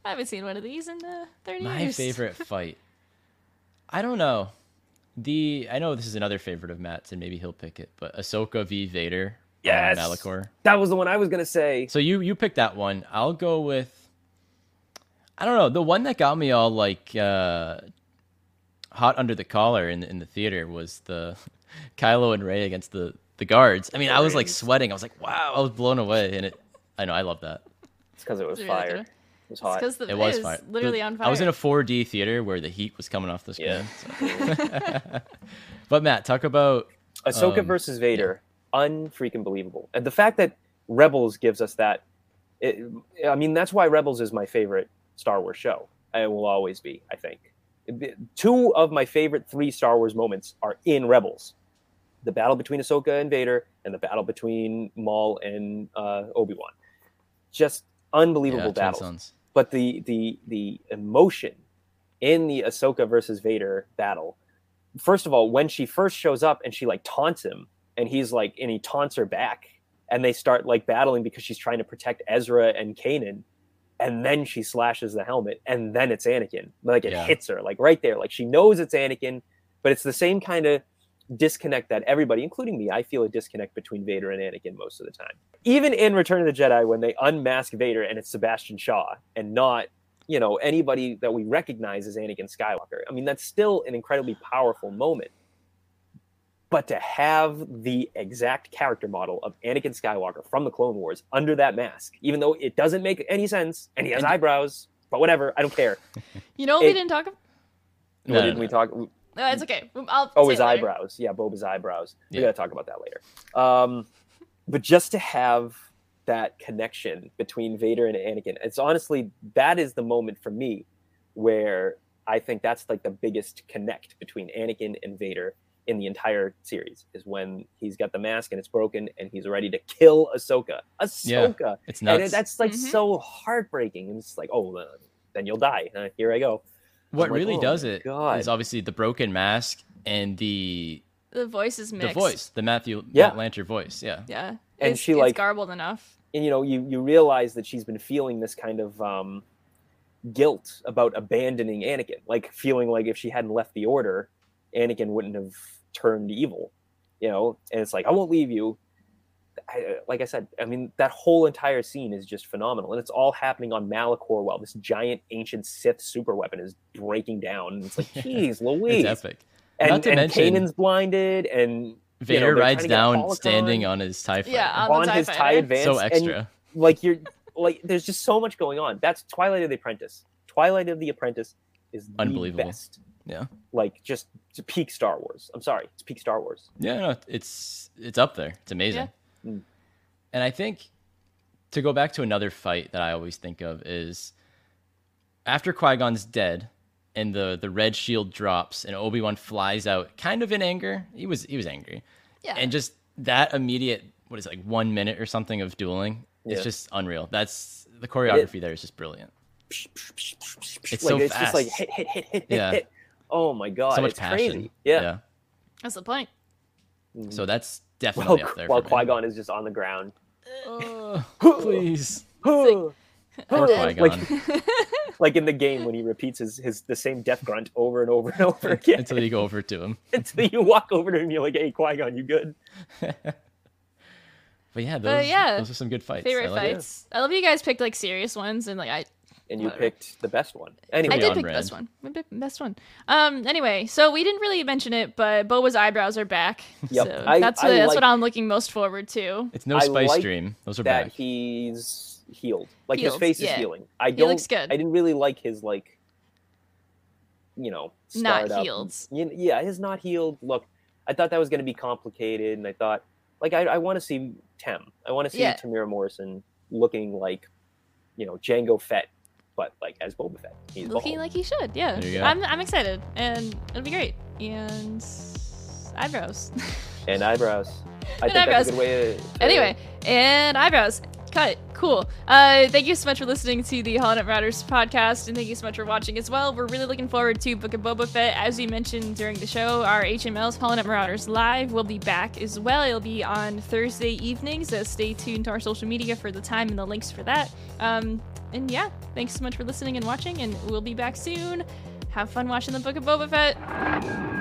[SPEAKER 3] I haven't seen one of these in uh, 30
[SPEAKER 1] My
[SPEAKER 3] years
[SPEAKER 1] favorite fight. I don't know. The I know this is another favorite of Matt's, and maybe he'll pick it. But Ahsoka v Vader
[SPEAKER 2] Yes.
[SPEAKER 1] Malachor.
[SPEAKER 2] That was the one I was gonna say.
[SPEAKER 1] So you you pick that one. I'll go with I don't know. The one that got me all like uh hot under the collar in in the theater was the Kylo and Ray against the the guards. I mean, I was like
[SPEAKER 2] Rey's.
[SPEAKER 1] sweating. I was like, "Wow, I was blown away." And it I know I love that.
[SPEAKER 2] It's because it was
[SPEAKER 3] It's really
[SPEAKER 2] fire. It
[SPEAKER 3] good.
[SPEAKER 2] was
[SPEAKER 3] It's
[SPEAKER 2] hot.
[SPEAKER 3] because the
[SPEAKER 1] It was fire.
[SPEAKER 3] literally
[SPEAKER 1] The-
[SPEAKER 3] on fire.
[SPEAKER 1] I was in a 4D theater where the heat was coming off the screen.
[SPEAKER 2] Yeah.
[SPEAKER 1] But Matt, talk about
[SPEAKER 2] Ahsoka
[SPEAKER 1] Um,
[SPEAKER 2] versus Vader, unfreaking believable. And the fact that Rebels gives us that, it, I mean, that's why Rebels is my favorite Star Wars show. It will always be, I think. The- Two of my favorite three Star Wars moments are in Rebels the battle between Ahsoka and Vader, and the battle between Maul and uh, Obi Wan. Just
[SPEAKER 1] yeah, Twin
[SPEAKER 2] unbelievable battles
[SPEAKER 1] Sons.
[SPEAKER 2] but the the the emotion in the Ahsoka versus Vader battle. First of all, when she first shows up and she like taunts him, and he's like, and he taunts her back, and they start like battling because she's trying to protect Ezra and Kanan, and then she slashes the helmet, and then it's Anakin. Like it
[SPEAKER 1] Yeah.
[SPEAKER 2] hits her like right there. Like she knows it's Anakin, but it's the same kind of disconnect that everybody, including me, I feel a disconnect between Vader and Anakin most of the time. Even in Return of the Jedi, when they unmask Vader and it's Sebastian Shaw and not, you know, anybody that we recognize as Anakin Skywalker, I mean, that's still an incredibly powerful moment. But to have the exact character model of Anakin Skywalker from the Clone Wars under that mask, even though it doesn't make any sense and he has
[SPEAKER 1] And-
[SPEAKER 2] eyebrows, but whatever, I don't care.
[SPEAKER 3] you know what
[SPEAKER 2] it-
[SPEAKER 3] we didn't talk about?
[SPEAKER 1] No,
[SPEAKER 2] what
[SPEAKER 1] no,
[SPEAKER 2] did
[SPEAKER 1] no.
[SPEAKER 2] we talk?
[SPEAKER 3] No, it's okay. I'll
[SPEAKER 2] Oh,
[SPEAKER 3] say
[SPEAKER 2] his
[SPEAKER 3] it later.
[SPEAKER 2] eyebrows. Yeah, Boba's eyebrows. We
[SPEAKER 1] Yeah.
[SPEAKER 2] gotta talk about that later. Um, but just to have that connection between Vader and Anakin, it's honestly that is the moment for me where I think that's like the biggest connect between Anakin and Vader in the entire series is when he's got the mask and it's broken and he's ready to kill Ahsoka. Ahsoka,
[SPEAKER 1] It's
[SPEAKER 2] and
[SPEAKER 1] nuts.
[SPEAKER 2] it, that's like
[SPEAKER 3] Mhm.
[SPEAKER 2] so heartbreaking. And it's like, oh, well, then you'll die. Uh, here I go.
[SPEAKER 1] what
[SPEAKER 2] I'm like,
[SPEAKER 1] really
[SPEAKER 2] "Oh
[SPEAKER 1] does
[SPEAKER 2] my
[SPEAKER 1] it is
[SPEAKER 2] God."
[SPEAKER 1] obviously the broken mask and the
[SPEAKER 3] The voice is mixed.
[SPEAKER 1] the voice, the Matthew
[SPEAKER 2] Yeah.
[SPEAKER 1] Matt Lanter voice. Yeah.
[SPEAKER 3] Yeah. And
[SPEAKER 2] she, like-
[SPEAKER 3] garbled enough.
[SPEAKER 2] and you know you you realize that she's been feeling this kind of um guilt about abandoning Anakin like feeling like if she hadn't left the order Anakin wouldn't have turned evil you know and it's like I won't leave you I, like I said I mean that whole entire scene is just phenomenal and it's all happening on Malachor while this giant ancient Sith super weapon is breaking down and it's like
[SPEAKER 1] Yeah.
[SPEAKER 2] geez
[SPEAKER 1] It's
[SPEAKER 2] Louise
[SPEAKER 1] epic.
[SPEAKER 2] and,
[SPEAKER 1] Not to
[SPEAKER 2] and
[SPEAKER 1] mention-
[SPEAKER 2] Kanan's blinded and You know,
[SPEAKER 1] Vader
[SPEAKER 2] they're trying
[SPEAKER 1] rides
[SPEAKER 2] to get a
[SPEAKER 1] down
[SPEAKER 2] holocron.
[SPEAKER 1] standing on his TIE fighter.
[SPEAKER 3] Yeah, um, on the
[SPEAKER 2] on,
[SPEAKER 3] TIE eh?
[SPEAKER 2] his
[SPEAKER 3] fighter.
[SPEAKER 2] tie advance
[SPEAKER 1] so
[SPEAKER 2] and
[SPEAKER 1] extra.
[SPEAKER 2] like you're like there's just so much going on that's twilight of the apprentice twilight of the apprentice is the
[SPEAKER 1] Unbelievable.
[SPEAKER 2] best
[SPEAKER 1] Yeah.
[SPEAKER 2] like just to peak star wars i'm sorry it's peak star wars
[SPEAKER 1] Yeah, no, it's it's up there. It's amazing.
[SPEAKER 2] Yeah. Mm.
[SPEAKER 1] And I think to go back to another fight that I always think of is after Qui Gon's dead and the the red shield drops and Obi Wan flies out, kind of in anger. He was he was angry,
[SPEAKER 3] Yeah.
[SPEAKER 1] and just that immediate what is it, like one minute or something of dueling. It's
[SPEAKER 2] Yeah.
[SPEAKER 1] just unreal. That's the choreography there is just brilliant.
[SPEAKER 2] like
[SPEAKER 1] so
[SPEAKER 2] it's just like
[SPEAKER 1] fast.
[SPEAKER 2] hit hit hit hit
[SPEAKER 1] Yeah.
[SPEAKER 2] hit hit oh my god
[SPEAKER 1] so much
[SPEAKER 2] it's
[SPEAKER 1] passion.
[SPEAKER 2] crazy yeah,
[SPEAKER 3] That's the point.
[SPEAKER 2] Mhm.
[SPEAKER 1] So that's
[SPEAKER 2] while,
[SPEAKER 1] definitely up there.
[SPEAKER 2] while
[SPEAKER 1] for me.
[SPEAKER 2] qui-gon is just on the ground
[SPEAKER 1] Oh, please. Poor
[SPEAKER 2] like,
[SPEAKER 1] Qui-Gon.
[SPEAKER 2] like, like in the game when he repeats his, his the same death grunt over and over and over again
[SPEAKER 1] until you go over to him.
[SPEAKER 2] until you walk over to him you're like hey qui-gon you good
[SPEAKER 1] But yeah, those,
[SPEAKER 3] yeah,
[SPEAKER 1] those are some good fights.
[SPEAKER 3] Favorite
[SPEAKER 1] I like it.
[SPEAKER 3] fights. I love you guys picked like serious ones and like I
[SPEAKER 2] and you
[SPEAKER 3] Whatever.
[SPEAKER 2] picked the best one anyway
[SPEAKER 3] I did
[SPEAKER 1] on
[SPEAKER 3] pick
[SPEAKER 1] brand.
[SPEAKER 3] this one. I picked best one. Um. Anyway, so we didn't really mention it, but Boba's eyebrows are back.
[SPEAKER 2] Yep.
[SPEAKER 3] So
[SPEAKER 2] I-
[SPEAKER 3] that's
[SPEAKER 2] I
[SPEAKER 3] what, that's
[SPEAKER 2] like-
[SPEAKER 3] what I'm looking most forward to.
[SPEAKER 1] It's no
[SPEAKER 2] I
[SPEAKER 1] spice
[SPEAKER 2] like
[SPEAKER 1] dream. Those are
[SPEAKER 2] that
[SPEAKER 1] back.
[SPEAKER 2] he's healed. Like his
[SPEAKER 3] Healed,
[SPEAKER 2] face
[SPEAKER 3] yeah.
[SPEAKER 2] is healing. I don't.
[SPEAKER 3] looks good.
[SPEAKER 2] I didn't really like his like, you know,
[SPEAKER 3] Not
[SPEAKER 2] scarred up-
[SPEAKER 3] healed.
[SPEAKER 2] You kn- yeah, his not healed look. I thought that was going to be complicated, and I thought, like, I, I want to see Tem. I want to see
[SPEAKER 3] Yeah.
[SPEAKER 2] Tamira Morrison looking like, you know, Django Fett, but like as Boba Fett. He's
[SPEAKER 3] Looking
[SPEAKER 2] bald.
[SPEAKER 3] like he should. Yeah.
[SPEAKER 1] There you go.
[SPEAKER 3] I'm I'm excited and it'll be great. And eyebrows.
[SPEAKER 2] and eyebrows. I
[SPEAKER 3] And
[SPEAKER 2] think
[SPEAKER 3] eyebrows.
[SPEAKER 2] that's a good way. To, to-
[SPEAKER 3] Anyway, and eyebrows. Cut. Cool. Uh, thank you so much for listening to the Hollow Knight Riders podcast, and thank you so much for watching as well. We're really looking forward to Book of Boba Fett. As we mentioned during the show, our HML's Hollow Knight Marauders Live will be back as well. It'll be on Thursday evenings, so stay tuned to our social media for the time and the links for that. Um, and yeah, thanks so much for listening and watching, and we'll be back soon. Have fun watching the Book of Boba Fett.